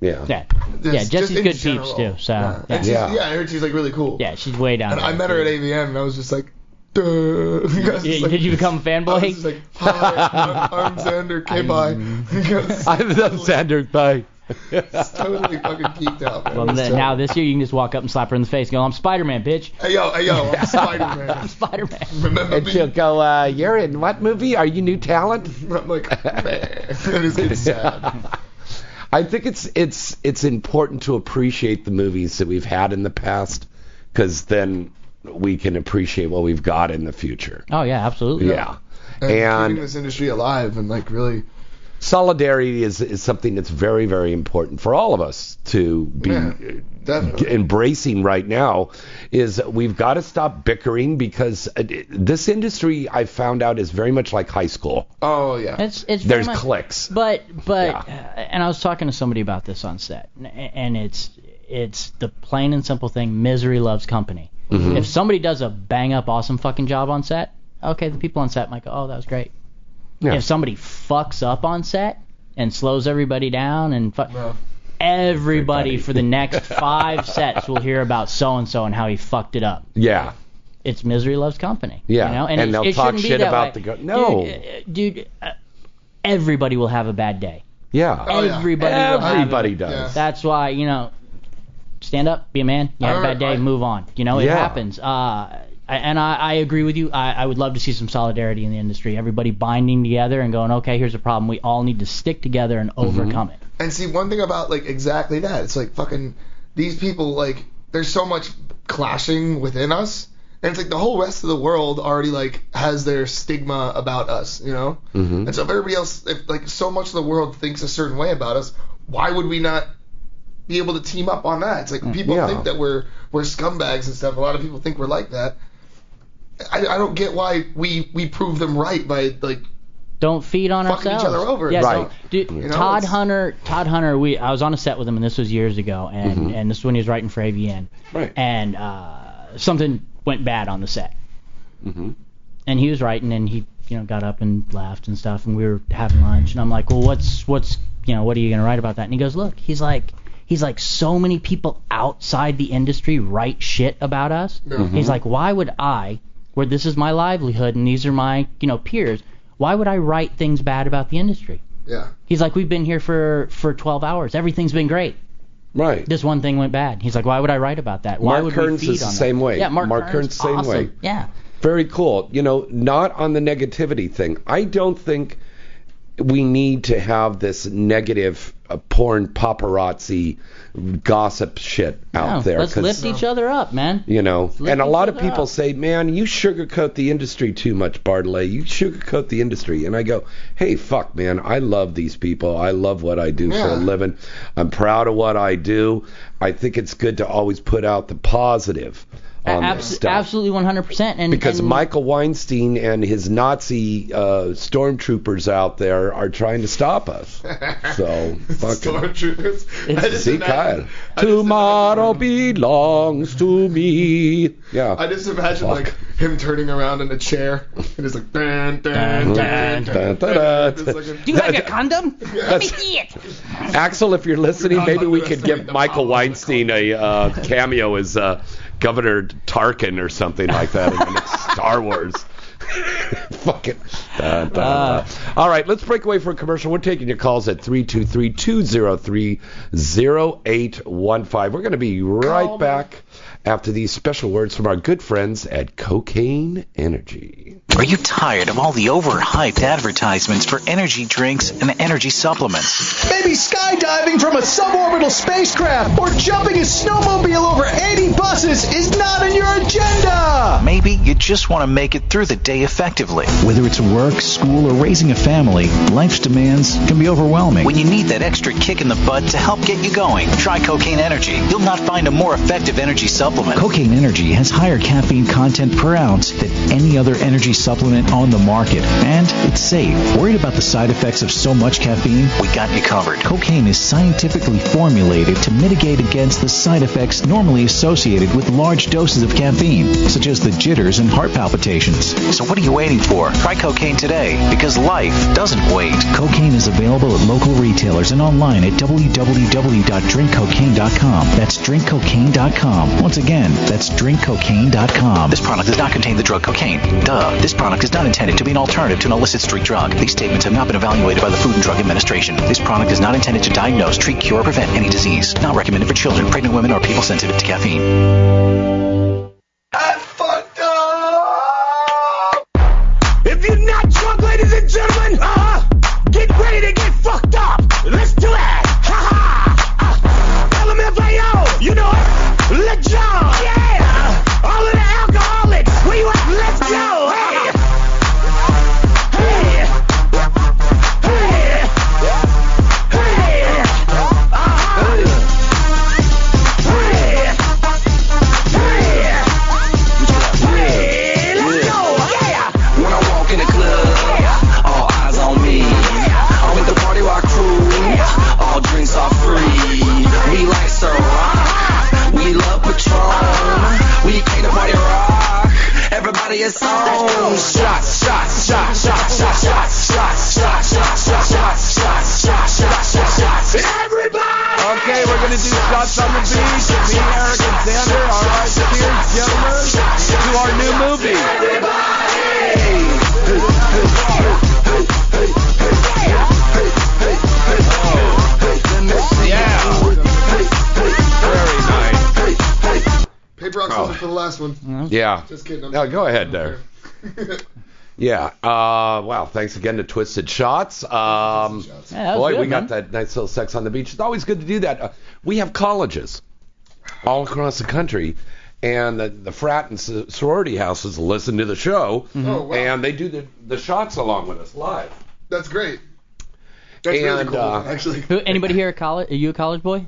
Yeah. yeah, Just- yeah. just Jesse's in good general. peeps too. So yeah, yeah. And she's- Yeah. yeah. I heard she's like really cool. Yeah, she's way down. And I there, met her at dude. AVN, and I was just like, duh. I was Yeah, just like- did you become a I was fanboy? just like, hi, I'm, I'm Xander. Okay, bye. Because I love Xander. Bye. it's totally fucking geeked out. Man. well, It's then, terrible. now this year you can just walk up and slap her in the face and go, "I'm Spider-Man, bitch." Hey yo, hey yo, I'm Spider-Man. Spider-Man. Remember And me? she'll go, uh, you're in what movie? Are you new talent? I'm like, man, it is getting sad. I think it's it's it's important to appreciate the movies that we've had in the past because then we can appreciate what we've got in the future. Oh yeah, absolutely. Yeah. And, keeping And this industry alive and like really solidarity is is something that's very very important for all of us to be Yeah, g- definitely. embracing right now is we've got to stop bickering because uh, d- this industry I found out is very much like high school. Oh yeah. It's it's very There's much- cliques. But but uh, and I was talking to somebody about this on set, and, and it's it's the plain and simple thing: misery loves company. If somebody does a bang up awesome fucking job on set, okay, the people on set might go, oh, that was great. Yeah. If somebody fucks up on set and slows everybody down and fuck. No. Everybody for the next five sets will hear about so and so and how he fucked it up. Yeah. It's misery loves company. Yeah, you know? and it- they'll it talk shouldn't be shit that about way. the go- No. dude, uh, dude uh, everybody will have a bad day. Yeah. Oh, yeah. Everybody will have Everybody it. does. That's why, you know, stand up, be a man. You had a bad day, Alright, I- move on. You know, it Yeah. happens. Uh, I- and I, I agree with you. I, I would love to see some solidarity in the industry. Everybody binding together and going, okay, here's a problem. We all need to stick together and Mm-hmm. overcome it. And see, one thing about like exactly that, it's like fucking these people like there's so much clashing within us, and it's like the whole rest of the world already like has their stigma about us, you know. Mm-hmm. And so if everybody else, if like so much of the world thinks a certain way about us, why would we not be able to team up on that? It's like people Mm, yeah. think that we're we're scumbags and stuff. A lot of people think we're like that. I, I don't get why we we prove them right by like Don't feed on Fucking each ourselves. other over. Yeah, Right. don't- dude, You know, Todd it's- Hunter. Todd Hunter. We. I was on a set with him, and this was years ago, and Mm-hmm. and this is when he was writing for AVN. Right. And uh, something went bad on the set. Mm-hmm. And he was writing, and he you know got up and laughed and stuff, and we were having lunch, and I'm like, well, what's what's you know what are you gonna write about that? And he goes, look, he's like. He's like, so many people outside the industry write shit about us. Mm-hmm. He's like, why would I, where this is my livelihood and these are my, you know, peers, why would I write things bad about the industry? yeah. He's like, we've been here for for 12 hours. Everything's been great. Right. This one thing went bad. He's like, why would I write about that? Why Mark would we Kearns feed is the on that? same way. Yeah, Mark, Mark Kearns, same awesome. way. Yeah. Very cool. You know, not on the negativity thing. I don't think we need to have this negative uh, porn paparazzi gossip shit out Yeah, there. Let's 'cause, lift each other up, man. you know, and a each lot of other people up. say, "Man, you sugarcoat the industry too much, Bartley. You sugarcoat the industry." And I go, "Hey, fuck, man. I love these people. I love what I do for Yeah. a living. I'm proud of what I do. I think it's good to always put out the positive on this Abs- Um, stuff." absolutely 100%. And because and, Michael Weinstein and his Nazi uh, stormtroopers out there are trying to stop us. So fucking Stormtroopers. I just see, imagine- Kyle. I just Tomorrow imagine- belongs to me. Yeah. I just imagine Oh. Fuck. like him turning around in a chair and it's like dun dun dun Dun, dun. dun, dun. It's like a- You like a condom? Let me see it. Axel, if you're listening, You're not maybe we could underestimating give the Michael power of the Weinstein a uh, cameo as uh, Governor Tarkin or something like that in the next Star Wars. Fucking. Dun, dun, dun. Uh. All right, let's break away for a commercial. We're taking your calls at 323 203 0815. We're going to be right back after these special words from our good friends at Cocaine Energy. Are you tired of all the overhyped advertisements for energy drinks and energy supplements? Maybe skydiving from a suborbital spacecraft or jumping a snowmobile over 80 buses is not on your agenda. Maybe you just want to make it through the day effectively. Whether it's work, school, or raising a family, life's demands can be overwhelming. When you need that extra kick in the butt to help get you going, try Cocaine Energy. You'll not find a more effective energy supplement. Cocaine Energy has higher caffeine content per ounce than any other energy supplement on the market, and it's safe. Worried about the side effects of so much caffeine? We got you covered. Cocaine is scientifically formulated to mitigate against the side effects normally associated with large doses of caffeine, such as the jitters and heart palpitations. So what are you waiting for? Try cocaine today, because life doesn't wait. Cocaine is available at local retailers and online at www.drinkcocaine.com. That's drinkcocaine.com. Once again, that's drinkcocaine.com. This product does not contain the drug cocaine. Duh. This product is not intended to be an alternative to an illicit street drug. These statements have not been evaluated by the Food and Drug Administration. This product is not intended to diagnose, treat, cure, or prevent any disease. Not recommended for children, pregnant women, or people sensitive to caffeine. I fucked up. If you're not drunk, ladies and gentlemen, uh-huh, get ready to get fucked up. Let's do it. Ha ha. Uh, LMFAO, you know it. Let go. Yeah. All of the alcoholics, where you at? Let's go. Hey. Hey. Hey. his own shot, shot, shot, shot, shot, shot, shot, shot, shot, shot, shot, shot, shot, shot, shot, shot. Everybody! Okay, we're gonna do shots on the beach. Me, Eric, and Xander. All right, cheers, gentlemen, to our new movie. Paper rock Oh. scissors for the last one. Yeah. Just kidding. I'm No, go ahead there. Yeah. Uh, wow. Thanks again to Twisted Shots. Um, Yeah, that was boy, good, we man. got that nice little sex on the beach. It's always good to do that. Uh, we have colleges all across the country, and the, the frat and so- sorority houses listen to the show, Oh, wow. and they do the, the shots along with us live. That's great. That's really And, cool, uh, actually. Who, anybody here at college? Are you a college boy?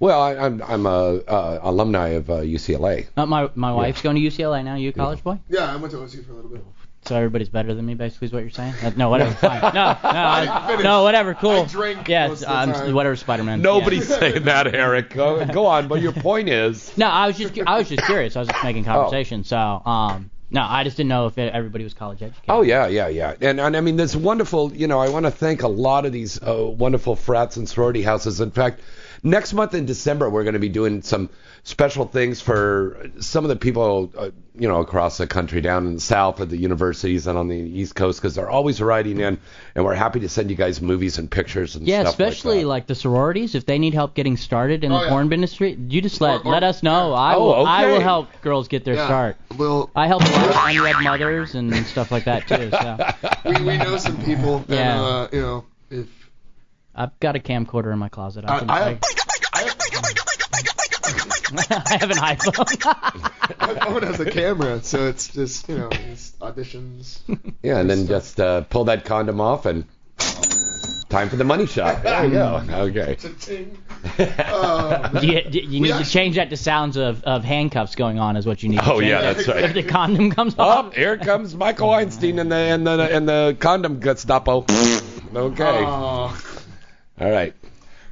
Well, I, I'm I'm a uh, alumni of uh, UCLA. Uh, my my wife's going to UCLA now. You a college boy? Yeah, I went to OSU for a little bit. So everybody's better than me, basically, is what you're saying? Uh, no, whatever. fine. No, no, I, finished. no, whatever. Cool. I drank most Yes, of the um, time. whatever. Spider-Man. Nobody's Yeah. saying that, Eric. Go, go on. But your point is, No, I was just cu- I was just curious. I was just Oh. making conversation. So, um, no, I just didn't know if it, everybody was college educated. Oh yeah, yeah, yeah, and and I mean this wonderful. You know, I want to thank a lot of these uh, wonderful frats and sorority houses. In fact, next month in December we're going to be doing some special things for some of the people, uh, you know, across the country, down in the south at the universities and on the east coast, because they're always writing in, and we're happy to send you guys movies and pictures and Yeah, stuff. like especially like, the sororities, if they need help getting started in Oh, the yeah. porn industry, you just let let us know. I Oh, will I okay. will help girls get their Yeah. start. Well, I help a lot of unwed mothers and stuff like that too. So we, we know some people. And, Yeah. uh, you know, if I've got a camcorder in my closet. I, I, can, I, I, I have an iPhone. everyone has a camera, so it's just you know it's auditions. Yeah, and then just uh, pull that condom off and time for the money shot. There you go. Okay. Uh, you you- you need to change that to sounds of, of handcuffs going on is what you need. to Oh, change yeah, that. that's right. If the condom comes Oh, off. here comes Michael Weinstein and the and the and the condom Gestapo. Okay. Oh. All right.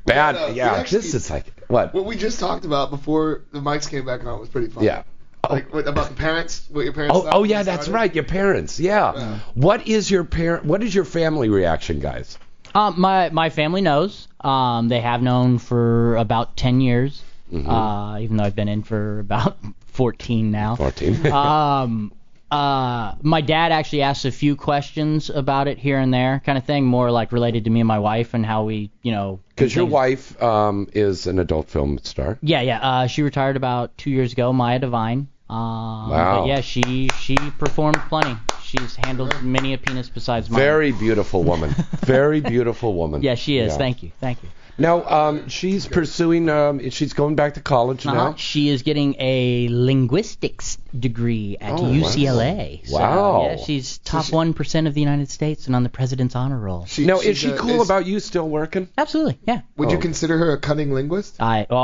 Bad. Yeah, no, yeah. we actually- this is like what? What we just talked about before the mics came back on was pretty fun. Yeah. Like what, about the parents, what your parents. Oh, thought oh when yeah, you that's started. right. Your parents. Yeah. Yeah. What is your parent? What is your family reaction, guys? Um, my my family knows. Um, they have known for about ten years. Mm-hmm. Uh, even though I've been in for about fourteen now. Fourteen. um, uh, my dad actually asked a few questions about it here and there, kind of thing, more like related to me and my wife and how we, you know. Because your things- wife um, is an adult film star. Yeah, yeah. Uh, she retired about two years ago, Maya Devine. Um, Wow. But yeah, she she performed plenty. She's handled many a penis besides mine. Very beautiful woman. Very beautiful woman. Yeah, she is. Thank you, thank you. Now, um, she's pursuing. Um, she's going back to college Uh-huh. now. She is getting a linguistics degree at Oh, wow. UCLA. So, Wow. yeah, she's top one percent of the United States and on the president's honor roll. She, Now, is she uh, cool about you still working? Absolutely, yeah. Would you Oh. consider her a cunning linguist? I oh,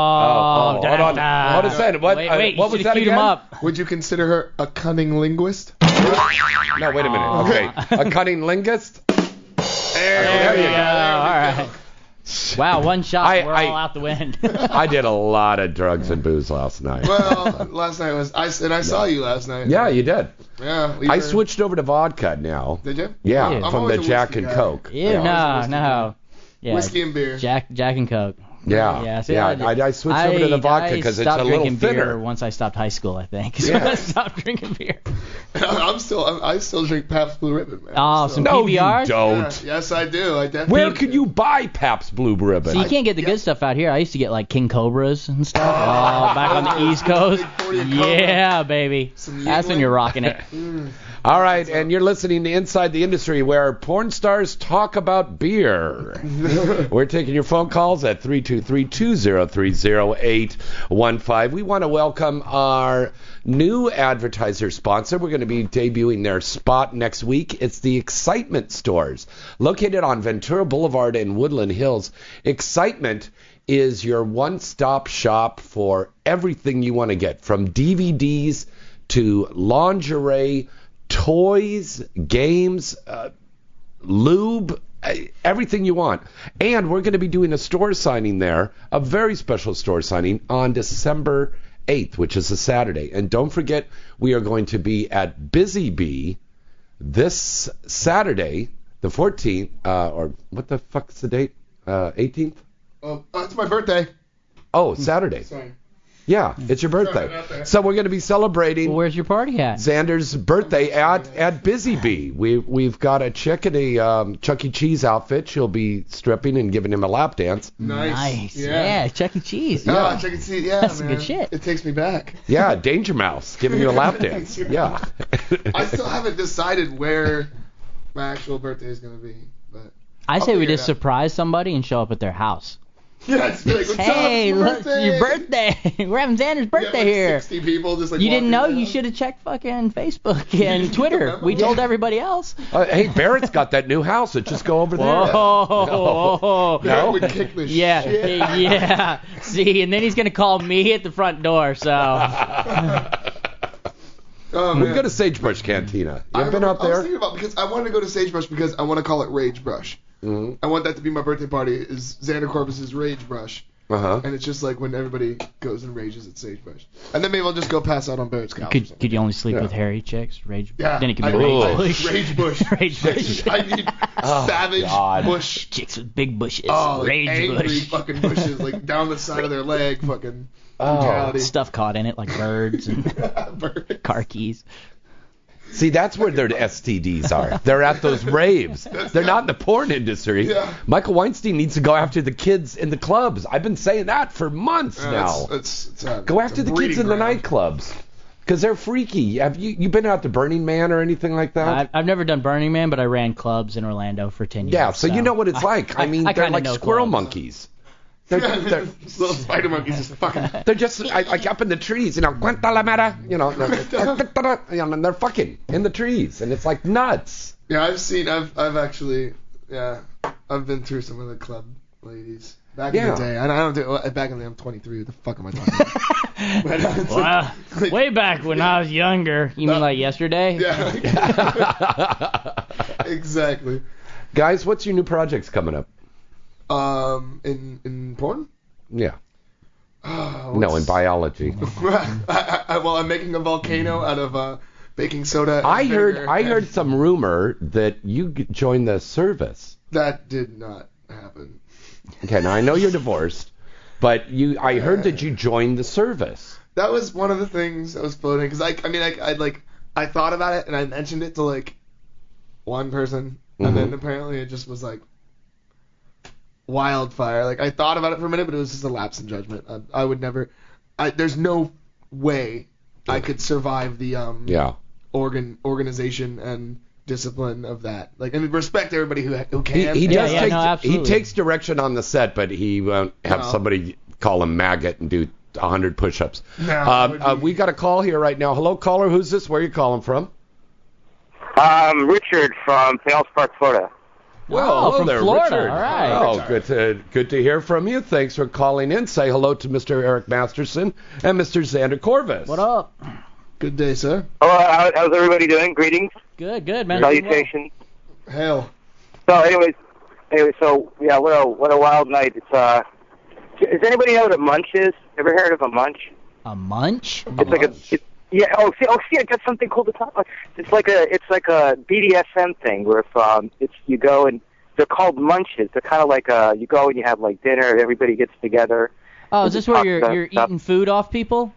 Oh, hold on. da-da. Hold on a second. What, wait, uh, wait, what you was should've that queued again? him up. Would you consider her a cunning linguist? No, wait a minute. Oh. Okay, a cunning linguist. There, There you you go. All right. Wow, one shot, I- and we're I- all out the wind. I did a lot of drugs and booze last night. Well, last night was I s- and I saw you last night. yeah, you did. Yeah. we I were- switched over to vodka now. Did you? Yeah, I'm from always the a Jack whiskey and guy. Coke. Ew, no, no. Yeah, Whiskey and beer. Jack, Jack and Coke. Yeah, Yeah, yeah. see, I did- I, I switched over to the I- vodka I because it's stopped a little drinking beer thinner. once I stopped high school, I think. So Yeah. I stopped drinking beer. I'm still I'm, I still drink Pabst Blue Ribbon, man. Oh, So- some No, you PBRs? Yeah, don't. yes, I do. I definitely. Where could you buy Pabst Blue Ribbon? So you can't get the good stuff out here. I used to get like King Cobras and stuff. Oh, back on the East Coast. Big 40 and Cobra. Yeah, baby. Some That's when Yingling. you're rocking it. All right, and you're listening to Inside the Industry, where porn stars talk about beer. We're taking your phone calls at 323-203-0815. We want to welcome our new advertiser sponsor. We're going to be debuting their spot next week. It's the Excitement Stores, located on Ventura Boulevard in Woodland Hills. Excitement is your one-stop shop for everything you want to get, from DVDs to lingerie, toys, games, uh, lube, eh, everything you want. And we're going to be doing a store signing there, a very special store signing on December 8th, which is a Saturday. And don't forget, we are going to be at Busy Bee this Saturday, the 14th, uh, or what the fuck's the date? Uh, 18th? Oh, it's my birthday. Oh, Saturday. Sorry. Yeah, it's your Sorry about birthday. that. So we're going to be celebrating. where's your party at? Xander's birthday at at Busy Bee. We we've got a chick in a um, Chuck E. Cheese outfit. She'll be stripping and giving him a lap dance. Nice. Yeah, Yeah. Chuck E. Cheese. Yeah. check and see. Yeah, That's some man. good shit. It takes me back. Yeah, Danger Mouse giving you a lap dance. Yeah. I still haven't decided where my actual birthday is gonna be, but I say I'll we figure it just out. surprise somebody and show up at their house. yeah, it's like what's hey, look, up? your birthday. We're having Xander's Yeah, birthday like here. Sixty people just like. You didn't walking know? around. You should have checked fucking Facebook and Twitter. We told everybody else. Uh, hey, Barrett's got that new house. So just go over there. Whoa. That would kick the Oh, Yeah, shit. yeah. See, and then he's gonna call me at the front door. So Oh, we man. have got to Sagebrush Cantina. You I have been up remember- I was there? thinking about because I wanted to go to Sagebrush because I want to call it Rage Brush. Mhm. I want that to be my birthday party. Is Xander Corpus's Rage Brush, Uh huh. and it's just like when everybody goes and rages at Sagebrush, and then maybe I'll just go pass out on Barrett's couch. or could something. could you only sleep Yeah. with hairy chicks? Rage. yeah, Then it could I- be Ooh. rage. Bush. Rage Bush. Rage bush. Oh, I need savage God. bush. Chicks with big bushes. Oh, like rage angry bush. fucking bushes, like down the side of their leg, fucking Oh. brutality. Stuff caught in it like birds and Bird. car keys. See, that's where their STDs are. They're at those raves. They're not in the porn industry. Yeah. Michael Weinstein needs to go after the kids in the clubs. I've been saying that for months Yeah, now. it's- it's- uh, it's a- Go it's after a the kids breeding in the ground. nightclubs. 'cause they're freaky. Have you you been out to Burning Man or anything like that? I've, I've never done Burning Man, but I ran clubs in Orlando for ten years. yeah, so, you know what it's like. I, mean, I they're kinda like know squirrel clubs. monkeys. They're, they're, These little spider monkeys just fucking. they're just I, like up in the trees, you know, Guantanamera, you know, you know, and they're fucking in the trees, and it's like nuts. Yeah, I've seen. I've I've actually. Yeah, I've been through some of the club ladies back in Yeah. the day. And I don't do. well, Back in the day, I'm 23. What the fuck am I talking about? But, uh, it's like- Wow. Way back when I was younger. You mean like yesterday? yeah, exactly. Guys, what's your new projects coming up? Um, in in porn. Yeah. Oh, No, in what's- biology. I, I, I, well, I'm making a volcano out of uh, baking soda. and I heard vinegar, I and heard some rumor that you g- joined the service. that did not happen. Okay, now I know you're divorced, but you I heard that you joined the service. That was one of the things that was floating because I, I mean, I, I like, I thought about it and I mentioned it to like one person, and Mm-hmm. then apparently it just was like wildfire. Like I thought about it for a minute, but it was just a lapse in judgment. I, I would never. I, there's no way I could survive the um Yeah. organ organization and discipline of that. Like, I mean, respect everybody who who He, can. he and- does yeah, take no, he absolutely. takes direction on the set, but he won't have No. somebody call him maggot and do 100 push-ups. that um, would uh, be- we got a call here right now. Hello, caller. Who's this? Where are you calling from? Um, Richard from Pinellas Park, Florida. Well, Oh, hello Oh, from there, Florida. Richard. All right. Oh, good to good to hear from you. Thanks for calling in. Say hello to Mr. Eric Masterson and Mr. Xander Corvus. What up? Good day, sir. Hello, how, how's everybody doing? Greetings, Good, good, man. salutations. Hell. So, anyways, anyway, so yeah, what a what a wild night. It's uh, does anybody know what a munch is? Ever heard of a munch? A munch? It's like a it, yeah. Oh, see, oh, see, I got something cool to talk about. It's like a it's like a BDSM thing where if um, it's you go and they're called munches. They're kind of like uh, you go and you have like dinner. Everybody gets together. Oh, is this where you're you're eating food off people?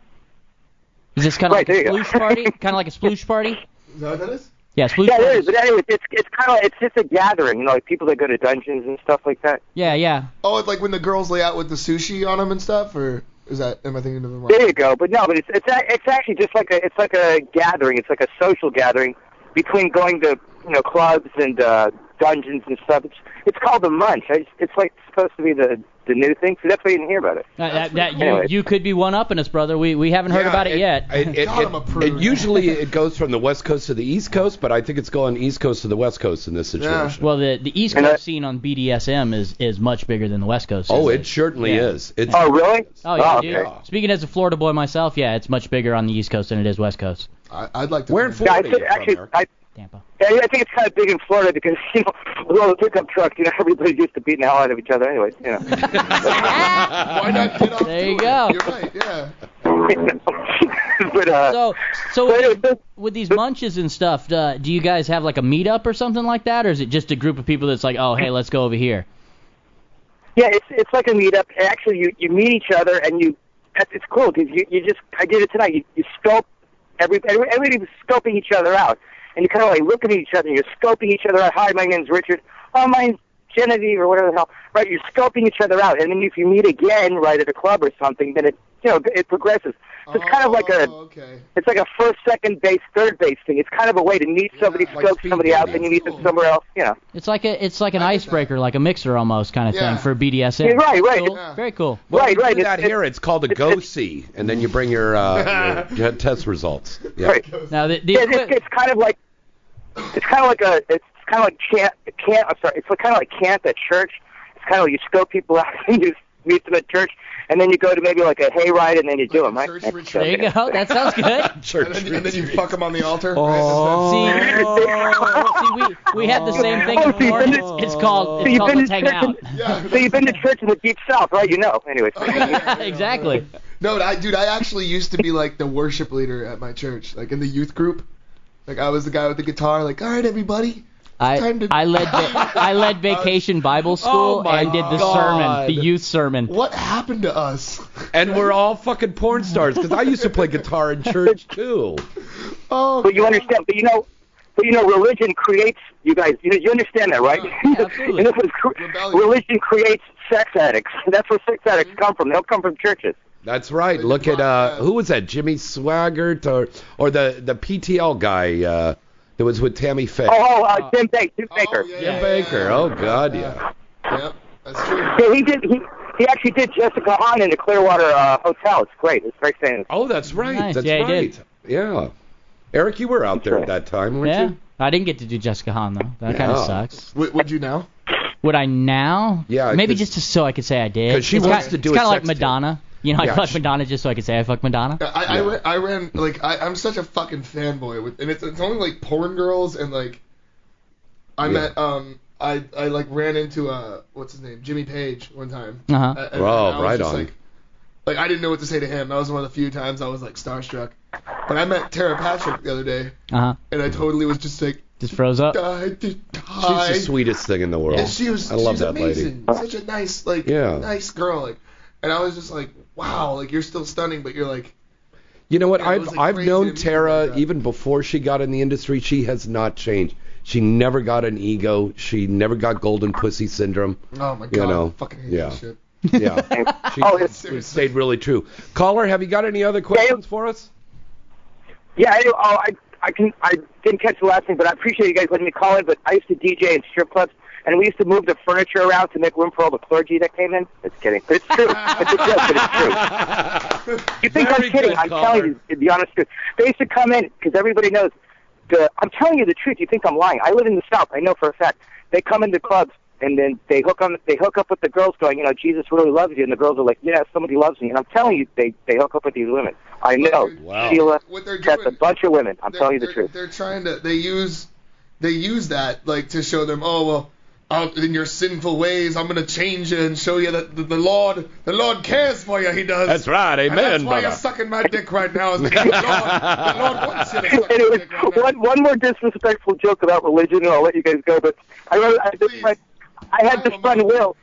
Is this kind of Right, like a there you go. sploosh party? Kind of like a sploosh party? Is that what that is? Yeah, sploosh Yeah, it parties. is. But anyway, it's it's kind of it's just a gathering. You know, like people that go to dungeons and stuff like that. Yeah, yeah. Oh, it's like when the girls lay out with the sushi on them and stuff, or is that? Am I thinking of the wrong? There you go. But no, but it's it's a- it's actually just like a it's like a gathering. It's like a social gathering between going to you know clubs and uh, dungeons and stuff. It's it's called the munch. I just, it's like supposed to be the the new thing. So that's why you didn't hear about it. That, that, that, you, Anyway. you could be one up in us, brother. We we haven't heard Yeah, about it, yet. It, it- God, I'm it- a prude. it usually it goes from the west coast to the east coast, but I think it's going east coast to the west coast in this situation. well, the the East And Coast I- scene on BDSM is is much bigger than the West Coast. oh, is it certainly Yeah. is. It's Oh really? Oh yeah, oh, dude. okay. Speaking as a Florida boy myself, yeah, it's much bigger on the East Coast than it is West Coast. I, I'd like to. Where in Yeah, Florida? I think, you actually, from, Eric? I, Tampa. yeah, I think it's kind of big in Florida because you know, with all the pickup trucks, you know, everybody's used to beating the hell out of each other, anyway. You know. Why not get off There you to it? go. You're right. Yeah. but uh, so so with, these- with these munches and stuff, uh, do you guys have like a meetup or something like that, or is it just a group of people that's like, oh hey, let's go over here? Yeah, it's it's like a meetup. And actually, you you meet each other and you that's it's cool because you you just I did it tonight. You you scope every every- everybody was scoping each other out, and you kind of like look at each other. and You're scoping each other out. Hi, my name's Richard. Oh, my name's Genevieve or whatever the hell. Right, you're scoping each other out, and then if you meet again, right at a club or something, then it you know it progresses. So it's kind of like a it's like a first, second base, third base thing. It's kind of a way to meet somebody, scope somebody out, then you meet them somewhere else. You know. It's like a it's like an icebreaker, like a mixer almost kind of Yeah. thing for BDSM. Yeah, right, right. Cool. Very cool. Well, right, we do right. that here, it's called a go see, and then you bring your, uh, your t- test results. Yeah. Right. Now, the, yeah, it's, it's kind of like it's kind of like a it's kind of like chant. Can't I'm sorry. It's kind of like camp at church. It's kind of like you scope people out and you meet them at church, and then you go to maybe like a hayride, and then you do them. Right? There you go. That sounds good. Church and, then, and then you fuck them on the altar. See, we, we have the same thing in Florida. It's, it's called Oh, so it's you've called been let's to hang church out. in- so you've been to church in the deep south, right? You know. Anyways. Oh, exactly. No, I, dude, I actually used to be like the worship leader at my church, like in the youth group. Like I was the guy with the guitar, like, all right, everybody. I I led va- I led vacation Bible school my and did the Oh God. sermon, the youth sermon. What happened to us? And we're all fucking porn stars because I used to play guitar in church too. Oh, but you understand, but you know, but you know, religion creates you guys. You, you understand that, right? and this is cr- religion creates sex addicts. That's where sex addicts Mm-hmm. come from. They don't come from churches. That's right. Look at uh, who was that? Jimmy Swaggart or or the the PTL guy uh, that was with Tammy Faye. Oh, oh uh, Jim Baker. Jim Baker. Jim Baker. Oh God, yeah. Yep. Yeah, he did. He, he actually did Jessica Hahn in the Clearwater uh, Hotel. It's great. It's very famous. Oh, that's right. Nice. That's Yeah, he right. did. Yeah. Eric, you were out there at that time, weren't Yeah. you? I didn't get to do Jessica Hahn though. That kind Yeah. of sucks. Would, would you now? Would I now? Yeah, Maybe 'cause- just to, so I could say I did. 'cause she it's wants kinda, to do It's a kind of like sex tape. Madonna. You know, Yeah, I fucked she- Madonna just so I could say I fucked Madonna. I, I, ran, I ran like I, I'm such a fucking fanboy with, and it's, it's only like porn girls and like I Yeah. met um I I like ran into uh what's his name Jimmy Page one time. Uh-huh. A- I Oh, was right just, on. Like, like I didn't know what to say to him. That was one of the few times I was like starstruck. But I met Tara Patrick the other day, Uh huh. and Mm-hmm. I totally was just like Just froze up. die to Uh, She's die. the sweetest thing in the world. And she was I love she's that amazing. Such a nice like Yeah. nice girl like. And I was just like, wow, like you're still stunning, but you're like, lady. You know what? Yeah, it I've was, like, I've crazy to known meet her Tara like that. even before she got in the industry. She has not changed. She never got an ego. She never got golden pussy syndrome. oh my god, You know, I fucking hate yeah. that shit. Yeah. She Oh, it's- stayed really true. Caller, have you got any other questions for us? Yeah, I, oh, I, I can, I didn't catch the last thing, but I appreciate you guys letting me call in. But I used to DJ in strip clubs, and we used to move the furniture around to make room for all the clergy that came in. Just kidding, but it's true. it's a joke, but it's true. You think I'm kidding? I'm telling you, to be honest, with you. they used to come in because everybody knows. The, I'm telling you the truth. You think I'm lying? I live in the South. I know for a fact. They come into clubs and then they hook on, they hook up with the girls, going, you know, Jesus really loves you, and the girls are like, yeah, somebody loves me. And I'm telling you, they they hook up with these women. I know. Wow. Sheila, What they're that's a doing- bunch of women. I'm they're- telling you the they're- truth. They're trying to. They use. They use that like to show them. Oh well, out in your sinful ways, I'm gonna change you and show you that the, the Lord, the Lord cares for you. He does. That's right. And that's Amen, why you're brother. sucking my dick right now. Is because the Lord, the Lord wants you to suck my Anyways, dick right now. one one more disrespectful joke about religion, and I'll let you guys go. But I remember I, had this friend, I had this friend Will,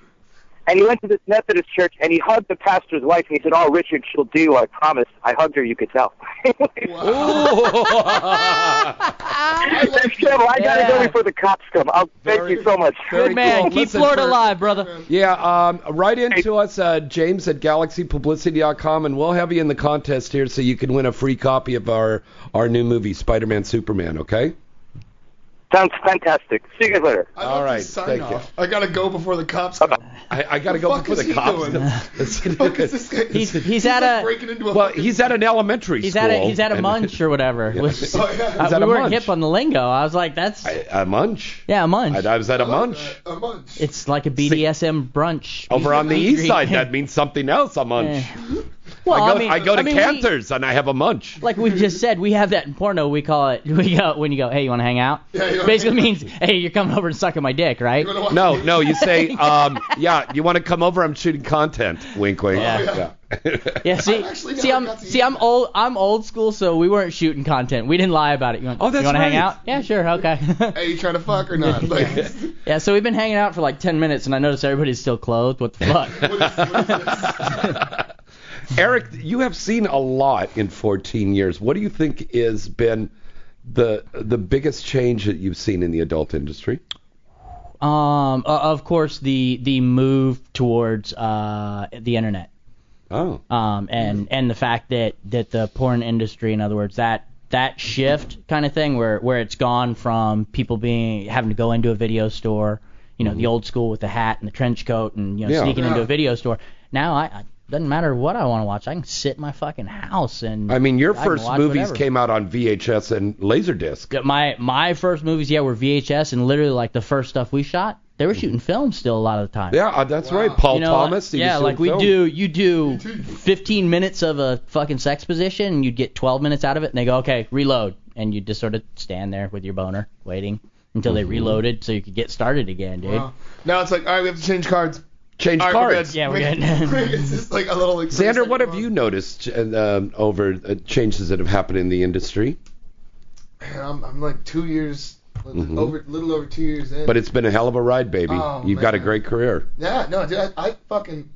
and he went to this Methodist church, and he hugged the pastor's wife, and he said, "Oh, Richard, she'll do. I promise. I hugged her. You could tell." Trevor, I gotta go before the cops come. I'll thank you so much. very Good man. cool. Keep Listen, Florida Kurt- alive, brother. Yeah, um, write in to us, uh, James at galaxypublicity.com, and we'll have you in the contest here so you can win a free copy of our, our new movie, Spider Man Superman, okay? Sounds fantastic. See you guys later. I All right, Sign thank off. I gotta go before the cops come. I, I got to The go fuck before is the he cops. doing? Fuck is this He's, guy- He's he's at like a breaking into a. well, fucking- he's at an elementary he's school. at a he's at a and- munch or whatever. Which, Oh, yeah. uh, at we a weren't munch. hip on the lingo. I was like, that's A munch. yeah, a munch. I, I was at a munch. A munch. It's like a BDSM brunch. Over on the Meet east greet. side, that means something else, a munch. Eh. Well, I go, I mean- go to I mean, we- Cantor's and I have a munch. Like we just said, we have that in porno. We call it. We go when you go. Hey, you want to hang out? Basically means, hey, you're coming over and sucking my dick, right? No, no, you say, um, yeah, you want to come over? I'm shooting content. Wink, wink. Yeah. Yeah, see, see, I'm see, I'm old, I'm old school, so we weren't shooting content. We didn't lie about it. You want, oh, that's you want to hang right. out? Yeah, sure, okay. Hey, you trying to fuck or not? Like, yeah, so we've been hanging out for like 10 minutes, and I noticed everybody's still clothed. What the fuck? Eric, you have seen a lot in 14 years. What do you think has been the the biggest change that you've seen in the adult industry? um, o- of course, the the move towards uh the internet. Oh. Um, and and the fact that that the porn industry, in other words, that that shift kind of thing, where where it's gone from people being having to go into a video store, you know, the old school with the hat and the trench coat and you know Mm-hmm. Yeah. sneaking into Yeah. a video store. Now I. I doesn't matter what I want to watch. I can sit in my fucking house and. I mean, your can first watch movies whatever. came out on VHS and Laserdisc. Yeah, My my first movies, yeah, were VHS and literally like the first stuff we shot, they were shooting film still a lot of the time. Mm-hmm. Yeah, uh, that's right. Paul You know, Thomas. he Like, was yeah, doing like we film. do. You do 15 minutes of a fucking sex position, and you'd get 12 minutes out of it, and they go, okay, reload, and you would just sort of stand there with your boner, waiting until they Mm-hmm. Mhm. reloaded, so you could get started again, dude. Wow. Now it's like, all right, we have to change cards. Change All right, cards. We're Yeah, we're good. good. Quick, it's just like a little. Like, Xander, what have you noticed uh, um, over uh, changes that have happened in the industry? Man, I'm, I'm like two years, Mhm. over, little over two years in. But it's been a hell of a ride, baby. Oh, You've got a man. great career. Yeah, no, dude, I, I fucking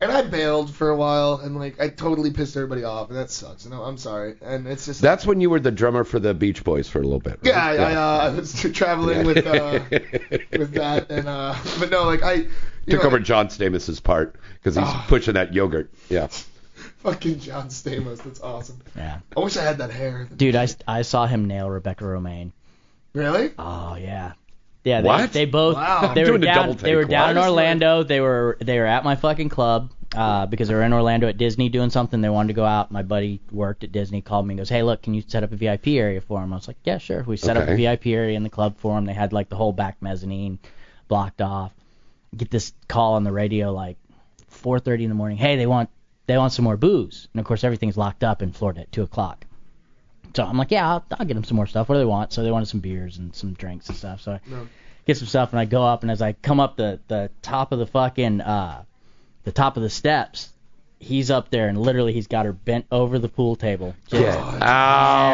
and I bailed for a while, and like I totally pissed everybody off, and that sucks. And I'm, I'm sorry, and it's just That's when you were the drummer for the Beach Boys for a little bit. yeah, I, I, uh, I was tra- traveling with uh, with that, and uh, but no, like I Took know, over John Stamos's part because he's pushing that yogurt. Yeah. fucking John Stamos, that's awesome. Yeah. I wish I had that hair. Dude, I, I saw him nail Rebecca Romaine. Really? Ah. Oh yeah. Yeah, they, What? they both Wow. they were Doing a down double they take. were down Why in does the- Orlando. They were they were at my fucking club uh, because they were in Orlando at Disney doing something. They wanted to go out. My buddy worked at Disney, called me and goes, "Hey, look, can you set up a VIP area for him?" I was like, "Yeah, sure." We set up Okay. a VIP area in the club for him. They had like the whole back mezzanine blocked off. Get this call on the radio like 4:30 in the morning. Hey, they want they want some more booze, and of course everything's locked up in Florida at two o'clock. So I'm like, yeah, I'll, I'll get them some more stuff. What do they want? So they wanted some beers and some drinks and stuff. So I get some stuff and I go up and as I come up the the top of the fucking uh the top of the steps, he's up there and literally he's got her bent over the pool table, just Ow.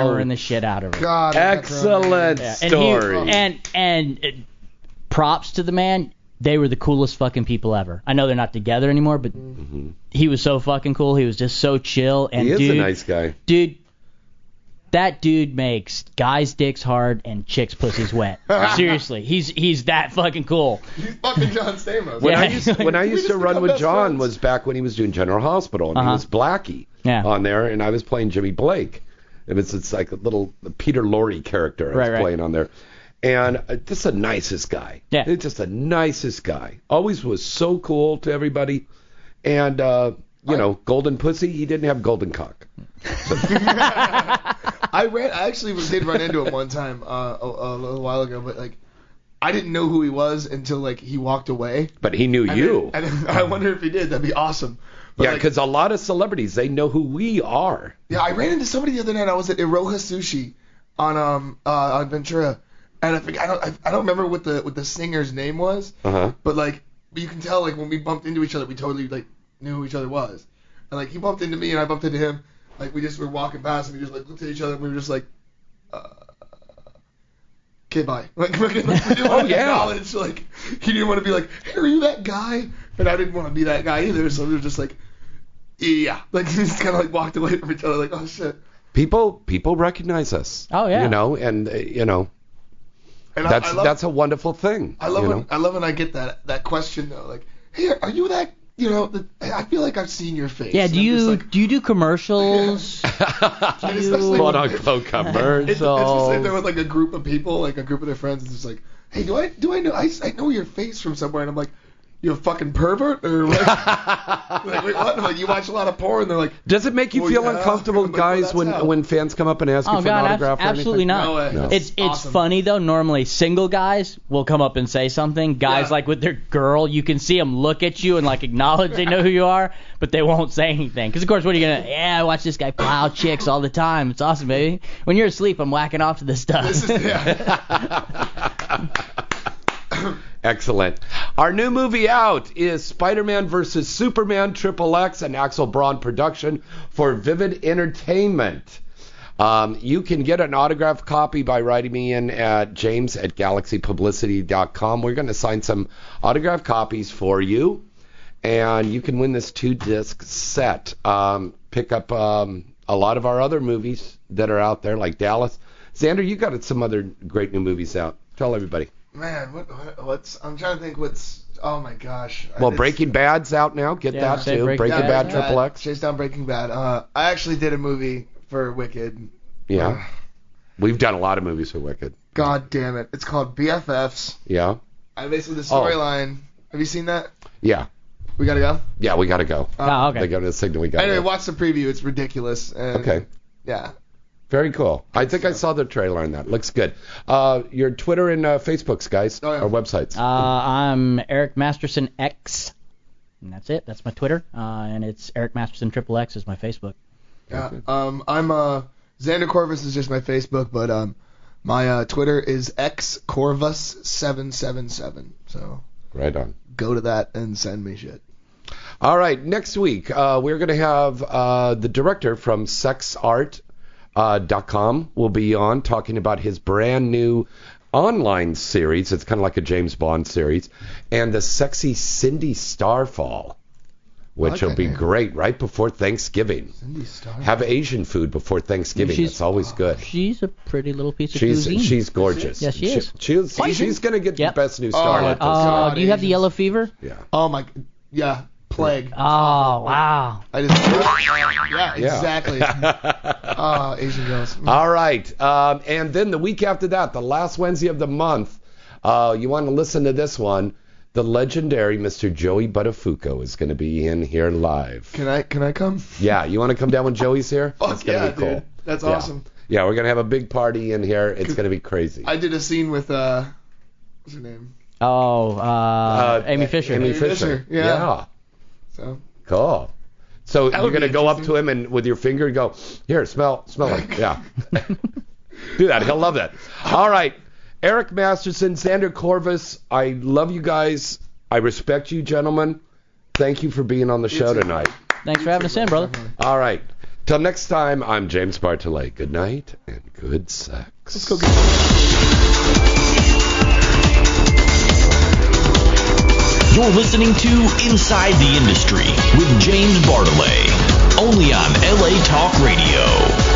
hammering the shit out of her. God, Excellent Yeah, and he- story. And and, uh, props to the man. They were the coolest fucking people ever. I know they're not together anymore, but he was so fucking cool. He was just so chill and Mm-hmm. he is dude, a nice guy. dude. That dude makes guys' dicks hard and chicks' pussies wet. Seriously, he's he's that fucking cool. fucking John Stamos. When I Yeah. used when I We used to just run become with best John was back when he was doing General Hospital and Uh-huh. he was Blackie Yeah. on there and I was playing Jimmy Blake. And it's it's like a little Peter Lorre character I was Right, right. playing on there. And uh, just the nicest guy. Yeah. He's just the nicest guy. Always was so cool to everybody. And uh, you know, golden pussy, he didn't have golden cock. I ran. I actually was- did run into him one time uh, a, a little while ago, but like I didn't know who he was until like he walked away. But he knew And you. then- and then- I wonder if he did. That'd be awesome. But yeah, like- because a lot of celebrities they know who we are. Yeah, I ran into somebody the other night. I was at Iroha Sushi on um uh, on Ventura, and I forget, I don't I, I don't remember what the what the singer's name was, Uh huh. but like you can tell like when we bumped into each other, we totally like knew who each other was, and like he bumped into me and I bumped into him. Like we just were walking past and we just like looked at each other and we were just like, uh, okay, bye. Like we didn't, like, we didn't want to Oh, yeah. acknowledge like he didn't want to be like, hey, are you that guy? And I didn't want to be that guy either, so we were just like, yeah, like we just kind of like walked away from each other like, oh shit. People people recognize us. Oh, yeah. You know, and uh, you know And I- that's I love- that's a wonderful thing. I love you when know? I love when I get that that question though, like, hey, are you that? You know, the, I feel like I've seen your face. Yeah, And do I'm just you like, do you do commercials? And especially Quote when- unquote It's, it's just like they're commercials. with like a group of people, like a group of their friends, and it's just like, hey, do I do I know I, I know your face from somewhere? And I'm like, you a fucking pervert? Or like, like, wait, what? I'm like, you watch a lot of porn? They're like, Does it make you Well, feel yeah. uncomfortable, guys, when how. when fans come up and ask you Oh for an God, abs- autograph? or absolutely anything? not. It's it's funny though. Normally, single guys will come up and say something. Guys like with their girl, you can see them look at you and like acknowledge they know who you are, but they won't say anything. Because of course, what are you gonna? Yeah, I watch this guy plow chicks all the time. It's awesome, baby. When you're asleep, I'm whacking off to this stuff. Excellent. Our new movie out is Spider-Man vs. Superman Triple X, an Axel Braun production for Vivid Entertainment. Um, you can get an autographed copy by writing me in at james at galaxypublicity.com. We're going to sign some autographed copies for you, and you can win this two-disc set. Um, pick up um, a lot of our other movies that are out there, like Dallas. Xander, you got some other great new movies out. Tell everybody. man, what, what, what's? I'm trying to think. What's? Oh my gosh. Well, It's- Breaking Bad's out now. Get Yeah, that say too. Breaking Breaking Bad. Bad, Breaking Triple X. Chase down Breaking Bad. Uh, I actually did a movie for Wicked. Yeah. We've done a lot of movies for Wicked. God damn it! It's called BFFs. Yeah. I basically the Oh. storyline. Have you seen that? Yeah. We gotta go. Yeah, we got to go. Oh, okay. They go to the signal. We got Anyway, to watch the preview. It's ridiculous. And Okay. Yeah. Very cool. I think I saw the trailer on that. Looks good. Uh, your Twitter and uh, Facebooks, guys, Oh, or websites. Uh, I'm Eric Masterson X, and that's it. That's my Twitter, uh, and it's Eric Masterson Triple X is my Facebook. Yeah. Um, I'm uh Xander Corvus is just my Facebook, but um, my uh, Twitter is xcorvus777. So Right on. go to that and send me shit. All right. Next week, uh, we're going to have uh, the director from SexArt.com uh, dot com will be on talking about his brand new online series. It's kind of like a James Bond series, and the sexy Cindy Starfall, which like will that be name. great right before Thanksgiving. Cindy Starr. Have Asian food before Thanksgiving. She's- That's always good. She's a pretty little piece of She's cuisine. she's gorgeous. Yes, she is. she's Why is she- she's gonna get the best new star. Oh, at this time. do you have the yellow fever? Yeah. Oh my. Yeah. Plague. Oh wow. I just. yeah. Exactly. Ah, Asian girls. All right. Um, and then the week after that, the last Wednesday of the month, uh, you want to listen to this one. The legendary Mr. Joey Buttafuoco is going to be in here live. Can I can I come? Yeah, you want to come down when Joey's here? That's going Oh, to yeah, be cool. dude. That's Yeah. awesome. Yeah, we're going to have a big party in here. It's going to be crazy. I did a scene with uh, what's her name? Oh, uh, Amy Fisher. Amy Fisher. Yeah. yeah. So Cool. So That you're would gonna be go up to him and with your finger and go, here, smell, smell it. Yeah. Do that. He'll love that. All right. Eric Masterson, Xander Corvus. I love you guys. I respect you, gentlemen. Thank you for being on the show tonight. Thanks for having us in, brother. All right. Till next time, I'm James Bartolet. Good night and good sex. Let's go get You're listening to Inside the Industry with James Bartolet, only on LA Talk Radio.